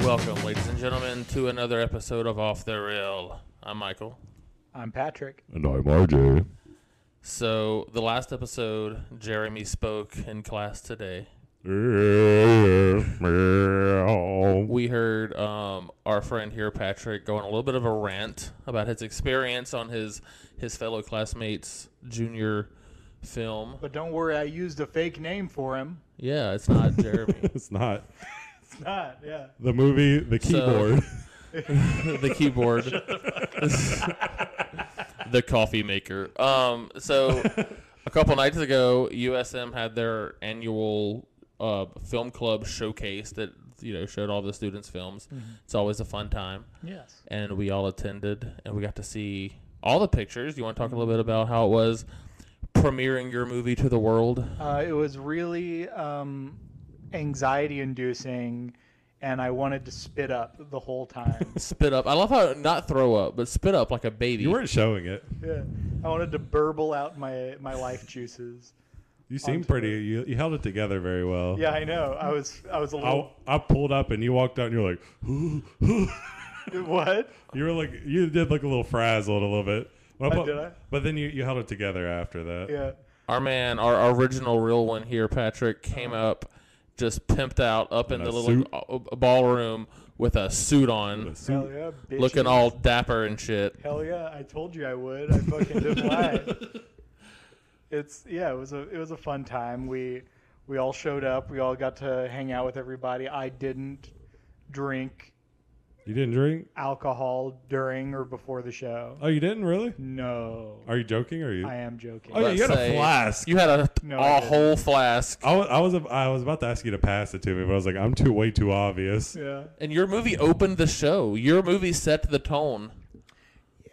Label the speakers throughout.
Speaker 1: Welcome, ladies and gentlemen, to another episode of Off the Rail. I'm Michael.
Speaker 2: I'm Patrick.
Speaker 3: And I'm RJ.
Speaker 1: So, the last episode, Jeremy spoke in class today. We heard um, our friend here, Patrick, go on a little bit of a rant about his experience on his his fellow classmates' junior film.
Speaker 2: But don't worry, I used a fake name for him.
Speaker 1: Yeah, it's not Jeremy.
Speaker 3: it's not
Speaker 2: It's not, yeah.
Speaker 3: the movie, the keyboard.
Speaker 1: the keyboard, the coffee maker. Um, so a couple nights ago, USM had their annual uh, film club showcase that you know showed all the students' films. It's always a fun time,
Speaker 2: Yes.
Speaker 1: and we all attended, and we got to see all the pictures. You want to talk a little bit about how it was premiering your movie to the world?
Speaker 2: Uh, it was really um, anxiety inducing, and I wanted to spit up the whole time.
Speaker 1: Spit up. I love how not throw up, but spit up like a baby.
Speaker 3: You weren't showing it.
Speaker 2: yeah. I wanted to burble out my, my life juices.
Speaker 3: You seemed
Speaker 2: Onto
Speaker 3: pretty. You, you held it together very well.
Speaker 2: Yeah, I know. I was I was a
Speaker 3: I,
Speaker 1: Oh.
Speaker 2: little
Speaker 3: I pulled up and you walked out and you were like,
Speaker 2: what?
Speaker 3: you were like, you did look a little frazzled a little bit. But,
Speaker 2: I
Speaker 3: but-
Speaker 2: did I?
Speaker 3: but then you, you held it together after that.
Speaker 2: Yeah.
Speaker 1: Our man, our, our original real one here, Patrick, came up just pimped out up in
Speaker 3: In
Speaker 1: the
Speaker 3: a
Speaker 1: little
Speaker 3: suit?
Speaker 1: uh, ballroom with a suit on,
Speaker 3: The suit-
Speaker 2: Hell yeah, bitches.
Speaker 1: looking all dapper and shit.
Speaker 2: Hell yeah, I told you I would. I fucking didn't lie. It's yeah, it was a it was a fun time. We we all showed up. We all got to hang out with everybody. I didn't drink
Speaker 3: You didn't drink?
Speaker 2: alcohol during or before the show.
Speaker 3: Oh, you didn't really?
Speaker 2: No.
Speaker 3: Are you joking? Or are you?
Speaker 2: I am joking.
Speaker 3: oh, yeah,
Speaker 1: Let's
Speaker 3: you had a
Speaker 1: say-
Speaker 3: flask.
Speaker 1: You had a,
Speaker 2: No, I
Speaker 1: a
Speaker 2: didn't.
Speaker 1: whole flask.
Speaker 3: I was, I was I was about to ask you to pass it to me, but I was like, I'm too way too obvious.
Speaker 2: Yeah.
Speaker 1: And your movie opened the show. Your movie set the tone.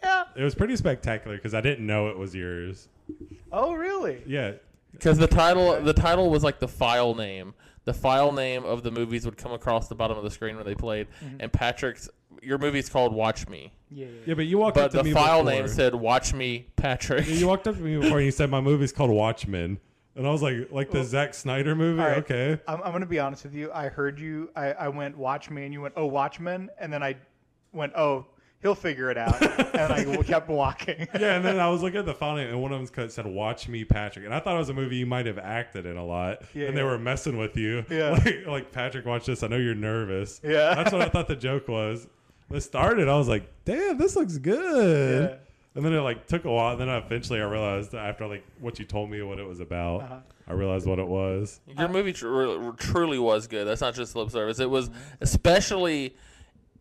Speaker 2: Yeah.
Speaker 3: It was pretty spectacular because I didn't know it was yours.
Speaker 2: Oh, really?
Speaker 3: Yeah,
Speaker 1: Because the title, the title was like the file name. The file name of the movies would come across the bottom of the screen when they played.
Speaker 2: Mm-hmm.
Speaker 1: And Patrick's, your movie's called Watch Me,
Speaker 2: Yeah.
Speaker 3: yeah, but you walked up
Speaker 1: but
Speaker 3: to
Speaker 1: the
Speaker 3: me
Speaker 1: file
Speaker 3: before.
Speaker 1: name said Watch Me, Patrick.
Speaker 3: Yeah, you walked up to me before and you said my movie's called Watchmen, and I was like, like the Zack Snyder movie.
Speaker 2: All right.
Speaker 3: Okay,
Speaker 2: I'm, I'm gonna be honest with you. I heard you. I, I went Watchmen. and You went oh Watchmen, and then I went oh he'll figure it out, and I kept walking.
Speaker 3: yeah, and then I was looking at the file name, and one of them said Watch Me, Patrick, and I thought it was a movie you might have acted in a lot,
Speaker 2: Yeah,
Speaker 3: and they
Speaker 2: yeah.
Speaker 3: were messing with you.
Speaker 2: Yeah.
Speaker 3: like, like Patrick, watch this. I know you're nervous.
Speaker 2: Yeah.
Speaker 3: that's what I thought the joke was. When It started. I was like, damn, this looks good.
Speaker 2: Yeah.
Speaker 3: And then it like took a while. And then eventually I realized after like what you told me what it was about,
Speaker 2: Uh-huh.
Speaker 3: I realized what it was.
Speaker 1: Your
Speaker 2: Uh,
Speaker 1: movie tr- truly was good. That's not just lip service. It
Speaker 2: Mm-hmm.
Speaker 1: was especially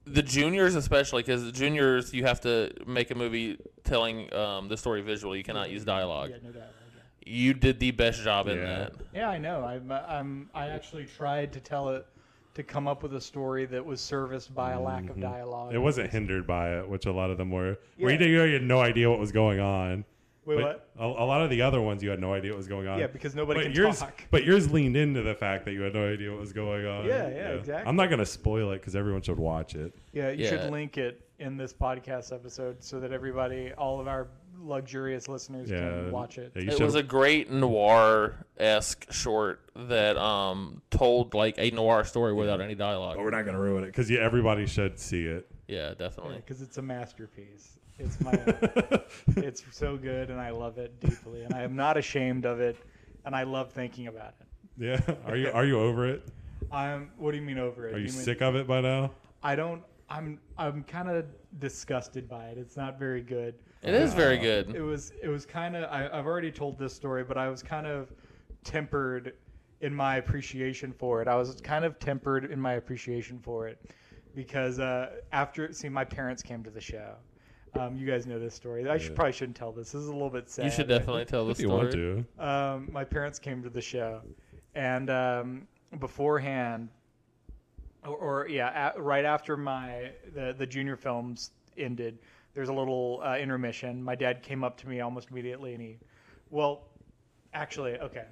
Speaker 1: the juniors, especially because the juniors you have to make a movie telling um, the story visually. You cannot use dialogue.
Speaker 2: Yeah, no doubt.
Speaker 1: You did the best job in
Speaker 3: Yeah.
Speaker 1: that.
Speaker 2: Yeah, I know. I'm, uh, I'm, I actually tried to tell it, to come up with a story that was serviced by a lack of dialogue.
Speaker 3: Mm-hmm. It wasn't hindered by it, which a lot of them were.
Speaker 2: Yeah.
Speaker 3: Where you, did, you had no idea what was going on.
Speaker 2: Wait,
Speaker 3: But
Speaker 2: what?
Speaker 3: A, a lot of the other ones you had no idea what was going on.
Speaker 2: Yeah, because nobody
Speaker 3: but
Speaker 2: can
Speaker 3: yours,
Speaker 2: talk.
Speaker 3: But yours leaned into the fact that you had no idea what was going on.
Speaker 2: Yeah, yeah, exactly.
Speaker 3: I'm not going to spoil it because everyone should watch it.
Speaker 2: Yeah, you
Speaker 1: Yeah.
Speaker 2: should link it in this podcast episode so that everybody, all of our luxurious listeners,
Speaker 3: Yeah.
Speaker 2: can watch it.
Speaker 3: Yeah, you
Speaker 1: It
Speaker 3: should-
Speaker 1: was a great noir esque short that um, told like a noir story without any
Speaker 3: but
Speaker 1: dialogue.
Speaker 3: we're not going to ruin it because everybody should see it.
Speaker 1: Yeah, definitely.
Speaker 2: Because it's a masterpiece. It's my, it's so good, and I love it deeply, and I am not ashamed of it, and I love thinking about it.
Speaker 3: yeah. Are you are you over it?
Speaker 2: I'm. What do you mean over it?
Speaker 3: Are
Speaker 2: Do
Speaker 3: you
Speaker 2: mean-
Speaker 3: sick of it by now?
Speaker 2: I don't. I'm. I'm kind of disgusted by it. It's not very good.
Speaker 1: It is very
Speaker 2: it
Speaker 1: good.
Speaker 2: was it was kind of I, i've already told this story but i was kind of tempered in my appreciation for it i was kind of tempered in my appreciation for it because uh, after see my parents came to the show um, you guys know this story i should, probably shouldn't tell this this is a little bit sad
Speaker 1: You should definitely tell the
Speaker 3: If you want
Speaker 1: story.
Speaker 3: to.
Speaker 2: um, my parents came to the show, and um, beforehand, or, or yeah, a right after my the the junior films ended, there's a little uh, intermission. My dad came up to me almost immediately, and he, well, actually, okay,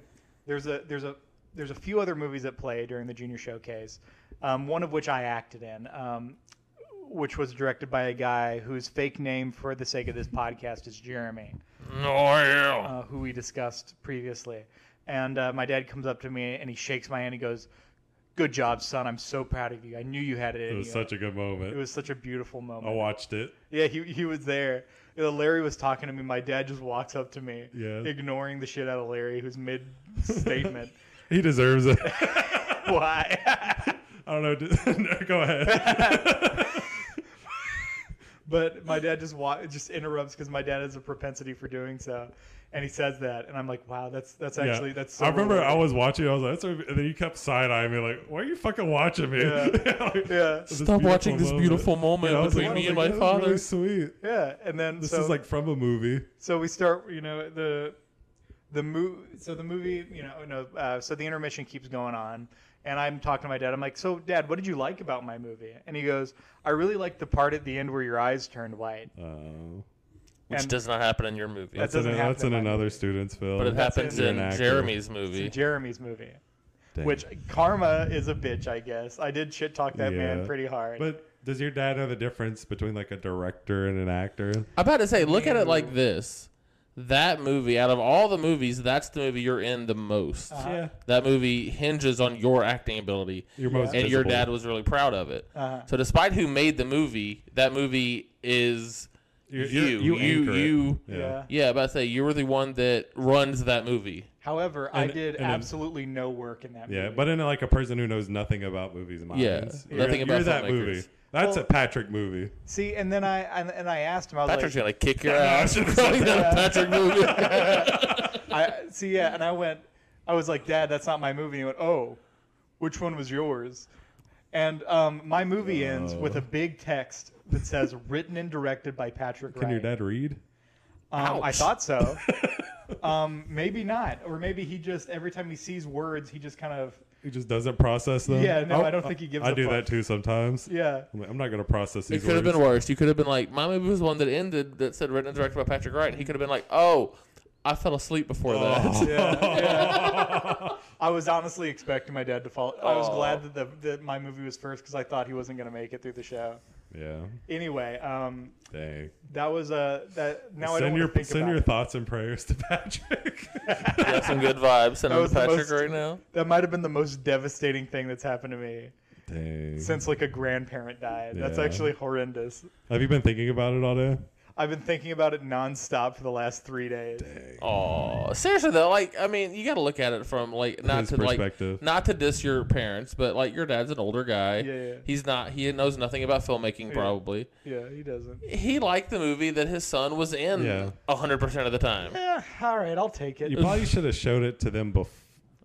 Speaker 2: there's a there's a there's a few other movies that play during the junior showcase, um, one of which I acted in. Um, which was directed by a guy whose fake name, for the sake of this podcast, is Jeremy
Speaker 1: No, yeah.
Speaker 2: uh, who we discussed previously. And uh, my dad comes up to me and he shakes my hand. He goes, good job, son. I'm so proud of you. I knew you had it.
Speaker 3: It
Speaker 2: in
Speaker 3: was
Speaker 2: you."
Speaker 3: such Oh, a good moment.
Speaker 2: It was such a beautiful
Speaker 3: I
Speaker 2: moment.
Speaker 3: watched it.
Speaker 2: Yeah, he, he was there. You know, Larry was talking to me. My dad just walks up to me,
Speaker 3: Yeah.
Speaker 2: ignoring the shit out of Larry, who's mid statement.
Speaker 3: He deserves it.
Speaker 2: Why?
Speaker 3: I don't know. no, go ahead.
Speaker 2: but my dad just wa- just interrupts because my dad has a propensity for doing so, and he says that, and I'm like, wow, that's that's actually
Speaker 3: Yeah.
Speaker 2: that's. So
Speaker 3: I remember I
Speaker 2: relatable.
Speaker 3: was watching. I was like, that's a, and then you kept side eyeing me like, why are you fucking watching me?
Speaker 2: Yeah.
Speaker 3: Like,
Speaker 2: Yeah,
Speaker 3: this
Speaker 1: Stop watching this
Speaker 3: moment.
Speaker 1: beautiful moment
Speaker 3: Yeah, I was
Speaker 1: between
Speaker 3: like-
Speaker 1: me
Speaker 3: I
Speaker 1: and
Speaker 3: was
Speaker 1: my
Speaker 3: like,
Speaker 1: father.
Speaker 3: that was Really sweet.
Speaker 2: yeah, and then
Speaker 3: This
Speaker 2: so,
Speaker 3: is like from a movie.
Speaker 2: so we start you know the the mo- so the movie you know no, uh, so the intermission keeps going on and i'm talking to my dad i'm like so dad what did you like about my movie and he goes i really liked the part at the end where your eyes turned white
Speaker 3: Oh.
Speaker 1: Which
Speaker 2: And-
Speaker 1: does not happen in your movie.
Speaker 2: That's
Speaker 3: That's, in,
Speaker 2: doesn't
Speaker 3: that's
Speaker 2: happen
Speaker 3: in
Speaker 2: in my
Speaker 3: another student's film.
Speaker 1: but it happens
Speaker 2: it.
Speaker 3: You're
Speaker 1: in
Speaker 3: an actor.
Speaker 1: Jeremy's
Speaker 2: It's in
Speaker 1: movie.
Speaker 2: jeremy's movie
Speaker 3: Dang.
Speaker 2: which karma is a bitch i guess i did shit talk that man
Speaker 3: Yeah.
Speaker 2: pretty hard
Speaker 3: But does your dad know the difference between like a director and an actor?
Speaker 1: I'm about to say, look at it like this. That movie, out of all the movies, that's the movie you're in the most.
Speaker 3: Yeah.
Speaker 1: That movie hinges on your acting ability,
Speaker 3: Uh-huh. Your most
Speaker 1: and your
Speaker 3: visible.
Speaker 1: dad was really proud of it.
Speaker 2: Uh-huh.
Speaker 1: So, despite who made the movie, that movie is you.
Speaker 3: You're-
Speaker 1: You,
Speaker 3: you're-
Speaker 1: you,
Speaker 3: you anchor it.
Speaker 2: yeah.
Speaker 1: yeah. I'm About to say, you were the one that runs that movie.
Speaker 2: however i
Speaker 3: And-
Speaker 2: did
Speaker 3: and-
Speaker 2: absolutely no work in that
Speaker 3: Yeah,
Speaker 2: movie
Speaker 3: but in like a person who knows nothing about movies, minds.
Speaker 1: Yeah,
Speaker 3: You're-
Speaker 1: nothing about
Speaker 3: you're that
Speaker 1: filmmakers.
Speaker 3: movie. That's
Speaker 2: Well-
Speaker 3: a Patrick movie.
Speaker 2: see and then i and, and i asked him i was
Speaker 1: Patrick's
Speaker 2: like
Speaker 1: gonna kick your
Speaker 3: Yeah, no, I
Speaker 1: ass
Speaker 3: should've
Speaker 1: running
Speaker 3: said
Speaker 1: that Patrick movie.
Speaker 2: I see, yeah, and I went, I was like, Dad, that's not my movie. And he went, Oh, which one was yours? And um, my movie ends with a big text that says, "Written and directed by Patrick."
Speaker 3: Can your
Speaker 2: Ryan."
Speaker 3: dad read?
Speaker 2: Um, I
Speaker 1: Ouch.
Speaker 2: thought so. um, maybe not, or maybe he just every time he sees words, he just kind of
Speaker 3: He just doesn't process them.
Speaker 2: Yeah, no,
Speaker 3: I'll-
Speaker 2: I don't think he gives
Speaker 3: Mm. Oh, I
Speaker 2: a
Speaker 3: do
Speaker 2: fuck.
Speaker 3: that too sometimes.
Speaker 2: yeah.
Speaker 3: I'm, like, I'm not gonna process
Speaker 1: It
Speaker 3: these.
Speaker 1: could have been
Speaker 3: words.
Speaker 1: worse. You could have been like, my movie was one that ended that said written and directed by Patrick Wright. He could have been like, oh, I fell asleep before that.
Speaker 2: Yeah, yeah. I was honestly expecting my dad to fall. I was glad that, the, that my movie was first because I thought he wasn't going to make it through the show.
Speaker 3: Yeah.
Speaker 2: Anyway, um,
Speaker 3: Dang.
Speaker 2: that was a that. Now I don't
Speaker 3: send
Speaker 2: wanna
Speaker 3: your
Speaker 2: think
Speaker 3: send
Speaker 2: about
Speaker 3: your
Speaker 2: it.
Speaker 3: thoughts and prayers to Patrick.
Speaker 1: You have some good vibes sending
Speaker 2: was
Speaker 1: to
Speaker 2: the
Speaker 1: Patrick
Speaker 2: most-
Speaker 1: right now.
Speaker 2: That might have been the most devastating thing that's happened to me
Speaker 3: Dang.
Speaker 2: since like a grandparent died. That's
Speaker 3: Yeah.
Speaker 2: actually horrendous.
Speaker 3: have you been thinking about it all day?
Speaker 2: I've been thinking about it nonstop for the last three days.
Speaker 1: Oh, seriously though, like I mean, you got to look at it from like not
Speaker 3: His
Speaker 1: to like
Speaker 3: perspective.
Speaker 1: not to diss your parents, but like your dad's an older guy.
Speaker 2: Yeah, yeah.
Speaker 1: He's not. He knows nothing about filmmaking. Probably
Speaker 2: Yeah, he doesn't.
Speaker 1: he liked the movie that his son was in
Speaker 3: Yeah.
Speaker 1: hundred percent of the time.
Speaker 2: Yeah, Eh, all right, I'll take it.
Speaker 3: You probably should have showed it to them bef-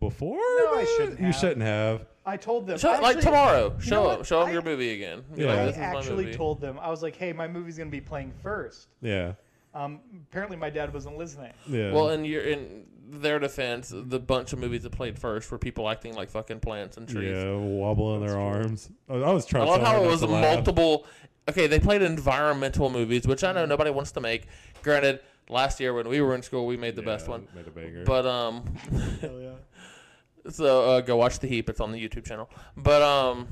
Speaker 3: before.
Speaker 2: No, I
Speaker 3: that?
Speaker 2: shouldn't
Speaker 3: You
Speaker 2: have.
Speaker 3: shouldn't have.
Speaker 2: I told them
Speaker 1: Show, like
Speaker 2: actually-
Speaker 1: tomorrow,
Speaker 2: you
Speaker 1: show
Speaker 2: know
Speaker 1: up,
Speaker 2: what?
Speaker 1: show him
Speaker 2: I-
Speaker 1: your movie again. Be
Speaker 3: Yeah.
Speaker 2: I
Speaker 1: like, this is my
Speaker 2: actually
Speaker 1: movie.
Speaker 2: told them I was like, "Hey, my movie's gonna be playing first.
Speaker 3: Yeah.
Speaker 2: Um, apparently, my dad wasn't listening.
Speaker 3: Yeah.
Speaker 1: Well, in your in their defense, the bunch of movies that played first were people acting like fucking plants and trees.
Speaker 3: yeah, wobbling their arms. I I was
Speaker 1: I
Speaker 3: trying.
Speaker 1: love
Speaker 3: so
Speaker 1: how
Speaker 3: hard
Speaker 1: it
Speaker 3: not
Speaker 1: was
Speaker 3: to laugh.
Speaker 1: multiple. Okay, they played environmental movies, which I know nobody wants to make. Granted, last year when we were in school, we made the
Speaker 3: Yeah,
Speaker 1: best one.
Speaker 3: Made a banger.
Speaker 1: But um,
Speaker 2: Hell yeah.
Speaker 1: so uh, go watch the heap. It's on the YouTube channel. But um,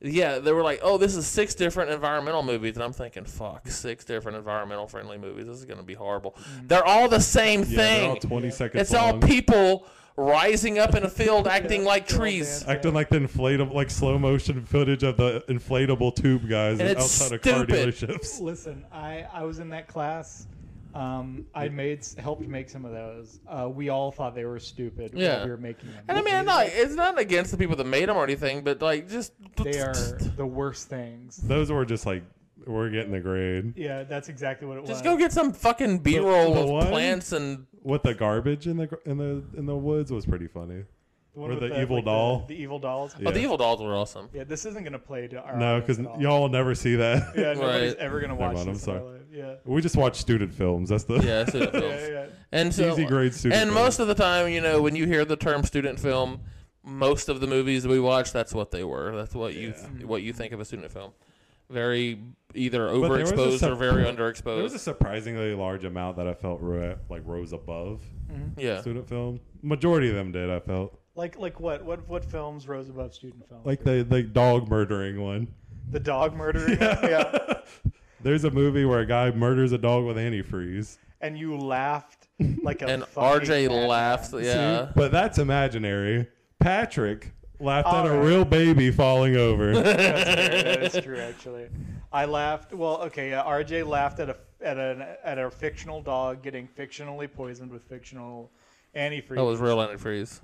Speaker 1: yeah, they were like, oh, this is six different environmental movies, and I'm thinking, fuck, six different environmental friendly movies. This is gonna be horrible. They're all the same
Speaker 3: Mm. yeah,
Speaker 1: thing.
Speaker 3: they're all twenty seconds.
Speaker 1: It's all
Speaker 3: long.
Speaker 1: people rising up in a field acting like
Speaker 2: they're all
Speaker 1: trees.
Speaker 2: dancing.
Speaker 3: acting like the inflatable, like slow motion footage of the inflatable tube guys
Speaker 1: And it's
Speaker 3: outside of car
Speaker 1: stupid.
Speaker 3: dealerships.
Speaker 2: Listen, I, I was in that class. Um, I made s- helped make some of those. Uh, we all thought they were stupid
Speaker 1: Yeah.
Speaker 2: when we were making them.
Speaker 1: And I mean, I'm not, it's not against the people that made them or anything, but like just
Speaker 2: they are the worst things.
Speaker 3: Those were just like we're getting the grade
Speaker 2: Yeah, that's exactly what it was.
Speaker 1: Just go get some fucking B-roll
Speaker 3: the
Speaker 1: of
Speaker 3: one-
Speaker 1: plants and
Speaker 3: with the garbage in the gr- in the in the woods was pretty funny.
Speaker 2: The one
Speaker 3: or
Speaker 2: with
Speaker 3: the evil
Speaker 2: like,
Speaker 3: doll.
Speaker 2: The, evil dolls.
Speaker 1: oh, the evil dolls were awesome.
Speaker 2: Yeah, this isn't gonna play to our.
Speaker 3: No,
Speaker 2: audience
Speaker 3: because
Speaker 2: at all.
Speaker 3: y'all will never see that.
Speaker 2: Yeah, nobody's
Speaker 1: Right.
Speaker 2: ever gonna
Speaker 3: Never
Speaker 2: watch
Speaker 3: mind,
Speaker 2: this.
Speaker 3: I'm
Speaker 2: in our life. Yeah.
Speaker 3: We just watch student films. That's the
Speaker 1: Yeah, student films.
Speaker 2: Yeah, yeah.
Speaker 1: And so,
Speaker 3: Easy grade student
Speaker 1: And
Speaker 3: film.
Speaker 1: most of the time, you know, when you hear the term student film, most of the movies we watch, that's what they were. That's what you what you think of a student film. Very either
Speaker 3: there was a
Speaker 1: overexposed or
Speaker 3: sub-
Speaker 1: very
Speaker 3: There was a
Speaker 1: underexposed.
Speaker 3: surprisingly large amount that I felt ro- like rose above
Speaker 1: yeah.
Speaker 3: student film. Majority of them did. I felt
Speaker 2: Mm-hmm. Like like what what what films rose above student film?
Speaker 3: like the the dog murdering one.
Speaker 2: the dog murdering. Yeah.
Speaker 3: There's a movie where a guy murders a dog with antifreeze.
Speaker 2: And you laughed like a
Speaker 1: And
Speaker 2: fucking
Speaker 1: RJ
Speaker 2: madman.
Speaker 1: laughs.
Speaker 3: See?
Speaker 1: Yeah.
Speaker 3: But that's imaginary. Patrick laughed at
Speaker 2: All
Speaker 3: a
Speaker 2: right.
Speaker 3: real baby falling over.
Speaker 2: That's true. That's true. Actually, I laughed. Well, okay. Uh, RJ laughed at a at an at a fictional dog getting fictionally poisoned with fictional antifreeze
Speaker 1: That was real antifreeze.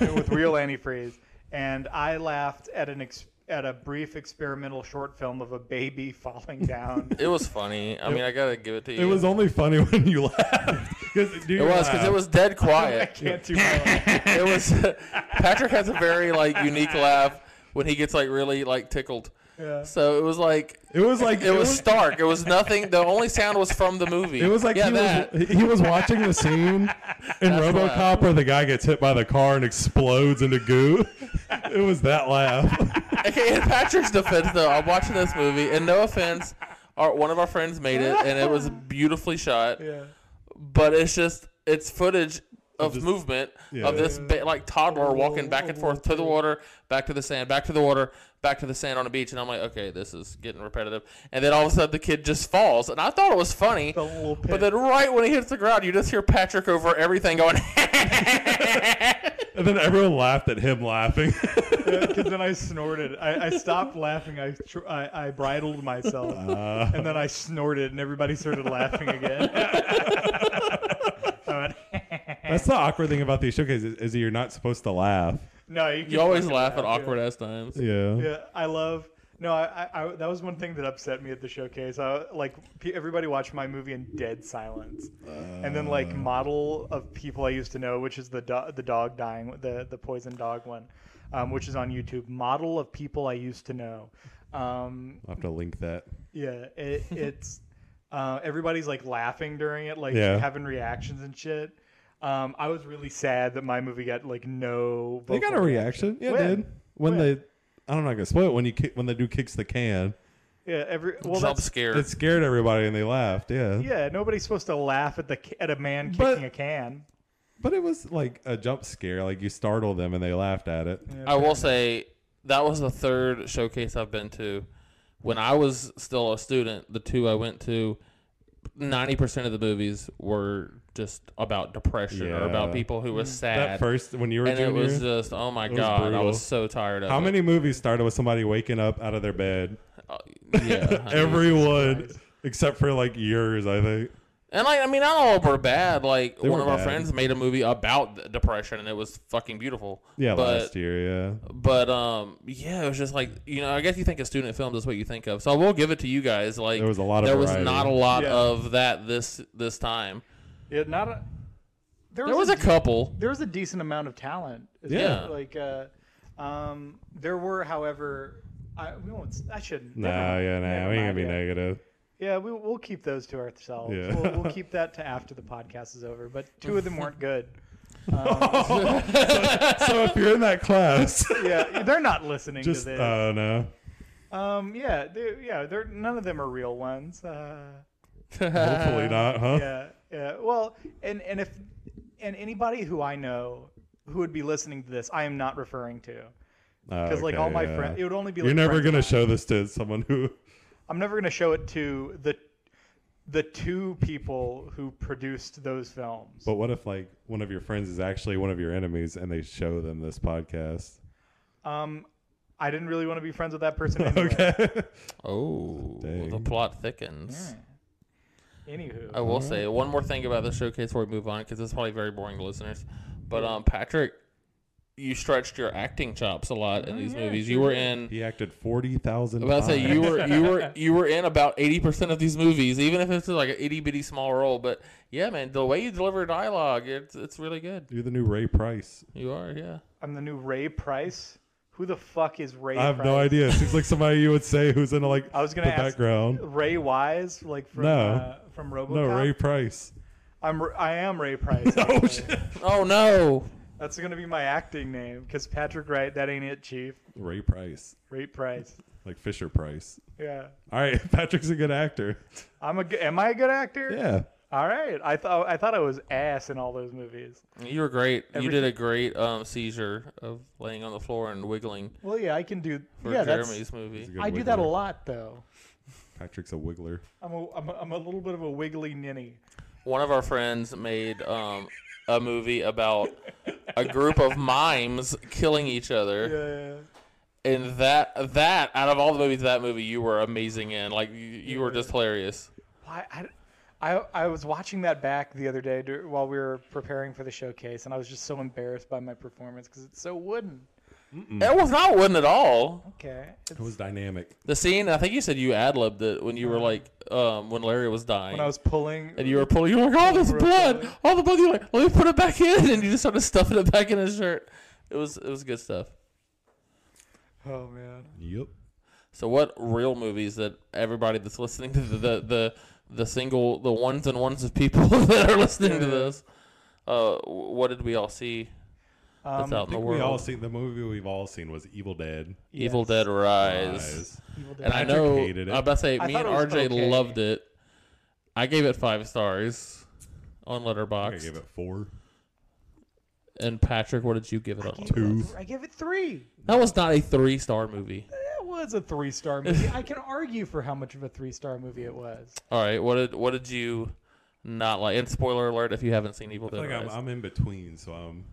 Speaker 2: and- with real antifreeze, and I laughed at an ex, at a brief experimental short film of a baby falling down.
Speaker 1: It was funny. I mean, I gotta give it to you.
Speaker 3: it was only funny when you laughed. 'Cause do
Speaker 1: It
Speaker 3: you
Speaker 1: was because it
Speaker 3: laugh?
Speaker 1: was dead
Speaker 2: I
Speaker 1: quiet.
Speaker 2: can't do my
Speaker 1: it was. Patrick has a very like unique laugh when he gets like really like tickled.
Speaker 2: Yeah.
Speaker 1: So it was like
Speaker 3: It was like
Speaker 1: it was stark. It was nothing. The only sound was from the movie.
Speaker 3: It was like
Speaker 1: yeah,
Speaker 3: he
Speaker 1: that.
Speaker 3: was he was watching the scene in
Speaker 1: That's
Speaker 3: RoboCop
Speaker 1: laugh.
Speaker 3: where the guy gets hit by the car and explodes into goo. it was that laugh.
Speaker 1: Okay, in Patrick's defense, though, I'm watching this movie, and no offense, our one of our friends made it, and it was beautifully shot.
Speaker 2: Yeah.
Speaker 1: But it's just it's footage of
Speaker 3: just-
Speaker 1: movement
Speaker 3: Yeah.
Speaker 1: of this ba- like toddler walking back and forth to the water, back to the sand, back to the water, back to the sand on a beach, and I'm like, okay, this is getting repetitive. And then all of a sudden, the kid just falls, and I thought it was funny.
Speaker 2: The little
Speaker 1: But then, right when he hits the ground, you just hear Patrick over everything going.
Speaker 3: and then everyone laughed at him laughing.
Speaker 2: Because then I snorted. I, I stopped laughing. I, tr- I I bridled myself, and then I snorted, and everybody started laughing again. I went,
Speaker 3: That's the awkward thing about these showcases is that you're not supposed to laugh.
Speaker 2: no, you, can
Speaker 1: you always
Speaker 2: fucking
Speaker 1: laugh at
Speaker 2: yeah.
Speaker 1: awkward ass times.
Speaker 3: Yeah.
Speaker 2: Yeah, I love. No, I, I, I that was one thing that upset me at the showcase. I, like pe- everybody watched my movie in dead silence, and then
Speaker 1: Uh.
Speaker 2: like model of people I used to know, which is the do- the dog dying, the the poison dog one, um, which is on YouTube. Model of people I used to know. Um,
Speaker 3: I'll have to link that.
Speaker 2: yeah, it, it's uh, everybody's like laughing during it, like
Speaker 3: Yeah.
Speaker 2: having reactions and shit. Um, I was really sad that my movie got like no.
Speaker 3: They got a
Speaker 2: vocal
Speaker 3: reaction. Yeah,
Speaker 2: When?
Speaker 3: dude. When,
Speaker 2: When?
Speaker 3: they I don't know, I'm not gonna spoil it when you ki- when the dude kicks the can.
Speaker 2: Yeah, every well,
Speaker 1: Jump
Speaker 2: that's,
Speaker 1: scare.
Speaker 3: It scared everybody and they laughed, yeah.
Speaker 2: Yeah, nobody's supposed to laugh at the ca- at a man kicking
Speaker 3: But-
Speaker 2: a can.
Speaker 3: But it was like a jump scare, like you startle them and they laughed at it.
Speaker 1: I will say that was the third showcase I've been to. When I was still a student, the two I went to, ninety percent of the movies were just about depression or about
Speaker 3: Yeah.
Speaker 1: people who were
Speaker 3: Mm. That
Speaker 1: sad.
Speaker 3: first when you were
Speaker 1: and it
Speaker 3: junior,
Speaker 1: was just, oh my
Speaker 3: was
Speaker 1: god, I
Speaker 3: brutal.
Speaker 1: was so tired of
Speaker 3: How
Speaker 1: it.
Speaker 3: many movies started with somebody waking up out of their bed?
Speaker 1: Uh, yeah, I mean-
Speaker 3: Everyone except for like yours, I think.
Speaker 1: and like I mean, not all were bad. Like
Speaker 3: They
Speaker 1: one
Speaker 3: were
Speaker 1: of our
Speaker 3: bad.
Speaker 1: friends made a movie about th- depression, and it was fucking beautiful.
Speaker 3: Yeah,
Speaker 1: but,
Speaker 3: last year, yeah.
Speaker 1: But um, yeah, it was just like you know, I guess you think of student films is what you think of. So I will give it to you guys. Like
Speaker 3: There was a lot of
Speaker 1: there was
Speaker 3: variety.
Speaker 1: not a lot
Speaker 2: Yeah.
Speaker 1: of that this this time.
Speaker 2: Yeah, not a. There
Speaker 1: There was a
Speaker 2: de-
Speaker 1: couple.
Speaker 2: there was a decent amount of talent. as
Speaker 3: Yeah.
Speaker 2: well. like uh, um, there were, however, I we won't. I shouldn't.
Speaker 3: No,
Speaker 2: Never mind.
Speaker 3: yeah, nah,
Speaker 2: Never
Speaker 3: we ain't gonna
Speaker 2: mind,
Speaker 3: be
Speaker 2: yeah.
Speaker 3: negative.
Speaker 2: Yeah, we we'll keep those to ourselves.
Speaker 3: Yeah.
Speaker 2: We'll, we'll keep that to after the podcast is over. But two of them weren't good.
Speaker 3: so if you're in that class,
Speaker 2: Yeah, they're not listening
Speaker 3: just
Speaker 2: to
Speaker 3: oh
Speaker 2: this.
Speaker 3: no,
Speaker 2: um, yeah, they, yeah, they're none of them are real ones. Uh,
Speaker 3: hopefully not, huh?
Speaker 2: yeah, yeah. Well, and and if and anybody who I know who would be listening to this, I am not referring to because like all my friends, it would only be.
Speaker 3: Ah, You're
Speaker 2: like
Speaker 3: never
Speaker 2: friends
Speaker 3: gonna
Speaker 2: of
Speaker 3: show this to someone who.
Speaker 2: mine. I'm never gonna show it to the the two people who produced those films.
Speaker 3: But what if like one of your friends is actually one of your enemies and they show them this podcast?
Speaker 2: um, I didn't really want to be friends with that person. Anyway.
Speaker 3: Okay.
Speaker 1: Oh, the
Speaker 3: Dang.
Speaker 1: plot thickens.
Speaker 2: Anywho,
Speaker 1: I will say one more thing about the showcase before we move on because it's probably very boring to listeners. But um, Patrick, you stretched your acting chops a lot in these movies. You were in.
Speaker 3: he acted forty thousand.
Speaker 1: I was about to say you were you were you were in about eighty percent of these movies, even if it's like an itty bitty small role. But yeah, man, the way you deliver dialogue, it's it's really good.
Speaker 3: You're the new Ray Price.
Speaker 1: You are, yeah.
Speaker 2: I'm the new Ray Price. Who the fuck is Ray?
Speaker 3: I have
Speaker 2: Price?
Speaker 3: no idea. Seems like somebody you would say who's in like
Speaker 2: I was gonna
Speaker 3: the
Speaker 2: ask-
Speaker 3: background.
Speaker 2: Ray Wise, like from
Speaker 3: No.
Speaker 2: uh, from RoboCop.
Speaker 3: No, Ray Price.
Speaker 2: I'm R- I am Ray Price.
Speaker 3: Oh
Speaker 2: actually.
Speaker 3: shit.
Speaker 1: Oh no.
Speaker 2: That's gonna be my acting name, because Patrick Wright, that ain't it, Chief.
Speaker 3: Ray Price,
Speaker 2: Ray Price.
Speaker 3: like Fisher Price.
Speaker 2: Yeah.
Speaker 3: All right, Patrick's a good actor.
Speaker 2: I'm a. g- Am I a good actor?
Speaker 3: Yeah.
Speaker 2: All right. I thought I thought I was ass in all those movies.
Speaker 1: You were great. you
Speaker 2: Everything-
Speaker 1: did a great um, seizure of laying on the floor and wiggling
Speaker 2: Well, yeah, I can do.
Speaker 1: for
Speaker 2: yeah, that's.
Speaker 1: Jeremy's movie.
Speaker 3: He's a good
Speaker 2: I do that a
Speaker 3: wiggler.
Speaker 2: lot though.
Speaker 3: Patrick's a wiggler.
Speaker 2: I'm a, I'm a, I'm a little bit of a wiggly ninny.
Speaker 1: One of our friends made um, a movie about a group of mimes killing each other.
Speaker 2: yeah,
Speaker 1: And that that out of all the movies, that movie you were amazing in. Like you, you were just hilarious.
Speaker 2: Why I, I, I was watching that back the other day dur- while we were preparing for the showcase, and I was just so embarrassed by my performance because it's so wooden.
Speaker 1: It was not wooden at all.
Speaker 2: Okay,
Speaker 3: It was dynamic.
Speaker 1: The scene, I think you said you ad libbed it when you were like, um, when Larry was dying.
Speaker 2: when I was pulling,
Speaker 1: and you were pulling, you were like, all this
Speaker 2: Real
Speaker 1: blood,
Speaker 2: quick.
Speaker 1: all the blood. You're like, let me put it back in, and you just started stuffing it back in his shirt. It was it was good stuff.
Speaker 2: oh man,
Speaker 3: Yep.
Speaker 1: So, what real movies that everybody that's listening to the the the, the single the ones and ones of people that are listening to
Speaker 2: Yeah.
Speaker 1: this, uh, wh- what did we all see that's
Speaker 2: um,
Speaker 1: out
Speaker 3: I
Speaker 1: in the
Speaker 3: think we
Speaker 1: world?
Speaker 3: all seen the movie we've all seen was Evil Dead.
Speaker 1: Evil
Speaker 2: yes.
Speaker 1: Dead Rise.
Speaker 3: Rise.
Speaker 2: Evil Dead.
Speaker 1: And I
Speaker 3: Patrick
Speaker 1: know
Speaker 3: hated it.
Speaker 1: I'm about to say
Speaker 2: I
Speaker 1: me
Speaker 2: thought
Speaker 1: and
Speaker 2: it was
Speaker 1: RJ
Speaker 2: okay.
Speaker 1: loved it. I gave it five stars on
Speaker 3: I think I
Speaker 1: Letterboxd.
Speaker 3: gave it four.
Speaker 1: And Patrick, what did you give it on?
Speaker 2: Gave it
Speaker 1: Letterboxd?
Speaker 3: Two.
Speaker 2: th- I gave it three.
Speaker 1: That was not a three star movie.
Speaker 2: That was a three star movie. I can argue for how much of a three star movie it was.
Speaker 1: All right, what did what did you not like? And spoiler alert if you haven't seen Evil
Speaker 3: I feel
Speaker 1: Dead
Speaker 3: like I'm,
Speaker 1: Rise.
Speaker 3: I'm in between, so I'm.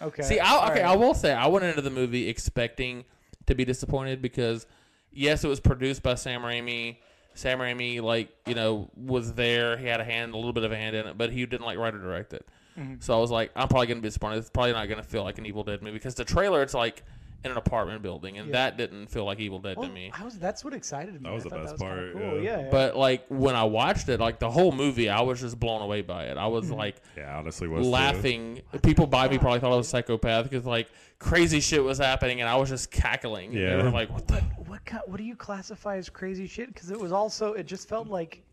Speaker 2: Okay.
Speaker 1: See, I,
Speaker 2: all
Speaker 1: okay, I
Speaker 2: right.
Speaker 1: will say I went into the movie expecting to be disappointed because yes, it was produced by Sam Raimi. Sam Raimi, like you know, was there. He had a hand, a little bit of a hand in it, but he didn't like write or direct it.
Speaker 2: Mm-hmm.
Speaker 1: So I was like, I'm probably gonna be disappointed. It's probably not gonna feel like an Evil Dead movie because the trailer, it's like in an apartment building, and
Speaker 2: Yeah.
Speaker 1: that didn't feel like Evil Dead
Speaker 2: Well,
Speaker 1: to me.
Speaker 2: I was. That's what excited me.
Speaker 3: That
Speaker 2: I
Speaker 3: was the
Speaker 2: thought
Speaker 3: best
Speaker 2: was kinda
Speaker 3: part,
Speaker 2: Cool.
Speaker 3: yeah.
Speaker 2: Yeah. yeah.
Speaker 1: But like when I watched it, like the whole movie, I was just blown away by it. I was
Speaker 2: Mm-hmm.
Speaker 1: like,
Speaker 3: Yeah, honestly, was the-
Speaker 1: laughing. People by me probably thought I was a psychopath because like crazy shit was happening and I was just cackling. Yeah, they
Speaker 3: Yeah.
Speaker 1: were like, "What the?"
Speaker 2: what kind, What do you classify as crazy shit? Because it was also. It just felt like.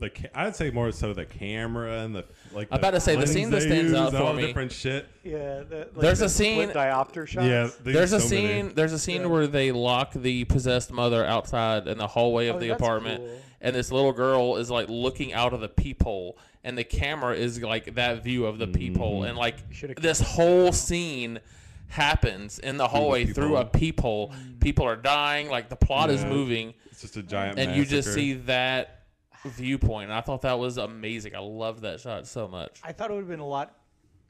Speaker 3: the ca- I'd say more so the camera and the like.
Speaker 1: I'm about to say, the
Speaker 3: lens
Speaker 1: scene that
Speaker 3: they
Speaker 1: stands
Speaker 3: use
Speaker 1: out
Speaker 3: and
Speaker 1: for
Speaker 3: all
Speaker 1: me-
Speaker 3: different shit.
Speaker 2: Yeah. The, like
Speaker 1: There's
Speaker 2: the
Speaker 1: a
Speaker 2: split
Speaker 1: scene-
Speaker 2: diopter shots.
Speaker 3: Yeah, they
Speaker 1: There's a
Speaker 3: use so
Speaker 1: scene.
Speaker 3: many.
Speaker 1: There's a scene
Speaker 2: Yeah.
Speaker 1: where they lock the possessed mother outside in the hallway of
Speaker 2: Oh,
Speaker 1: the
Speaker 2: that's
Speaker 1: apartment,
Speaker 2: cool.
Speaker 1: and this little girl is like looking out of the peephole, and the camera is like that view of the
Speaker 3: Mm-hmm.
Speaker 1: peephole, and like
Speaker 2: Shoulda kept
Speaker 1: this whole scene happens in the hallway through a peephole.
Speaker 2: Mm.
Speaker 1: People are dying. Like the plot is
Speaker 3: Yeah.
Speaker 1: moving.
Speaker 3: It's just a giant.
Speaker 1: and you just
Speaker 3: massacre.
Speaker 1: see that viewpoint. And I thought that was amazing. I love that shot so much.
Speaker 2: I thought it would have been a lot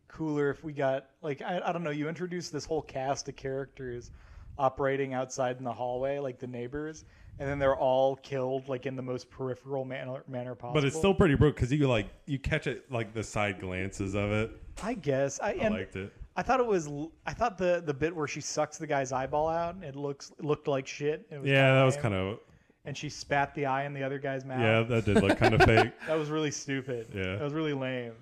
Speaker 2: cooler if we got like I, I don't know. You introduced this whole cast of characters operating outside in the hallway, like the neighbors, and then they're all killed like in the most peripheral manner, manner possible.
Speaker 3: But it's still pretty broke because you like you catch it like the side glances of it.
Speaker 2: I guess I,
Speaker 3: I
Speaker 2: and
Speaker 3: liked it.
Speaker 2: I thought it was l- I thought the the bit where she sucks the guy's eyeball out and it looks it looked like shit. It was
Speaker 3: Yeah, that was
Speaker 2: lame.
Speaker 3: kind of.
Speaker 2: And she spat the eye in the other guy's mouth.
Speaker 3: Yeah, that did look kind of fake.
Speaker 2: That was really stupid.
Speaker 3: Yeah.
Speaker 2: That was really lame.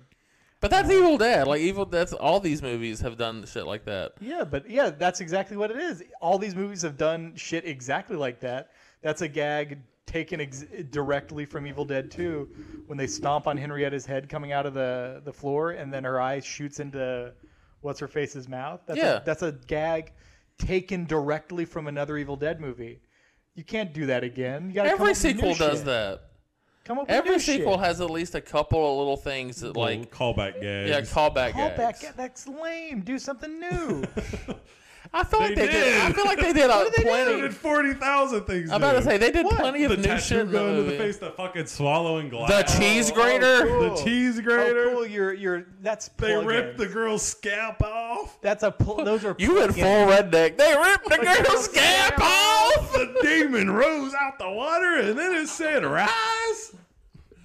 Speaker 1: But that's Evil Dead. Like Evil Dead's all these movies have done shit like that.
Speaker 2: Yeah, but yeah, that's exactly what it is. All these movies have done shit exactly like that. That's a gag taken ex- directly from Evil Dead 2 when they stomp on Henrietta's head coming out of the, the floor and then her eye shoots into what's her face's mouth. That's
Speaker 1: Yeah.
Speaker 2: a, that's a gag taken directly from another Evil Dead movie. You can't do that again. You gotta come up
Speaker 1: Every
Speaker 2: with new
Speaker 1: sequel does
Speaker 2: shit.
Speaker 1: that.
Speaker 2: Come up with
Speaker 1: Every
Speaker 2: new
Speaker 1: sequel
Speaker 2: shit.
Speaker 1: has at least a couple of little things that like
Speaker 3: like callback gags.
Speaker 1: yeah, callback
Speaker 2: Call
Speaker 1: gags.
Speaker 2: back. That's lame. Do something new.
Speaker 1: I feel like they did.
Speaker 3: They did.
Speaker 1: I feel like they did a
Speaker 2: did they do?
Speaker 3: They
Speaker 1: plenty.
Speaker 3: did forty thousand things.
Speaker 1: I'm about to
Speaker 3: dude.
Speaker 1: say they did
Speaker 2: What?
Speaker 1: plenty of
Speaker 3: the
Speaker 1: new
Speaker 3: tattoo
Speaker 1: shit in the
Speaker 3: going to the
Speaker 1: movie.
Speaker 3: face, the fucking swallowing glass,
Speaker 1: The cheese
Speaker 2: Oh,
Speaker 1: grater.
Speaker 2: cool.
Speaker 3: the cheese grater.
Speaker 2: Oh, cool. You're you're that's
Speaker 3: They
Speaker 2: plug-in.
Speaker 3: ripped the girl's scalp off.
Speaker 2: That's a pl- those are
Speaker 1: You went full
Speaker 2: plug-in.
Speaker 1: redneck. They ripped the
Speaker 2: Like,
Speaker 1: girl's scalp
Speaker 2: yeah.
Speaker 1: off.
Speaker 3: The demon rose out the water, and then it said, "Rise."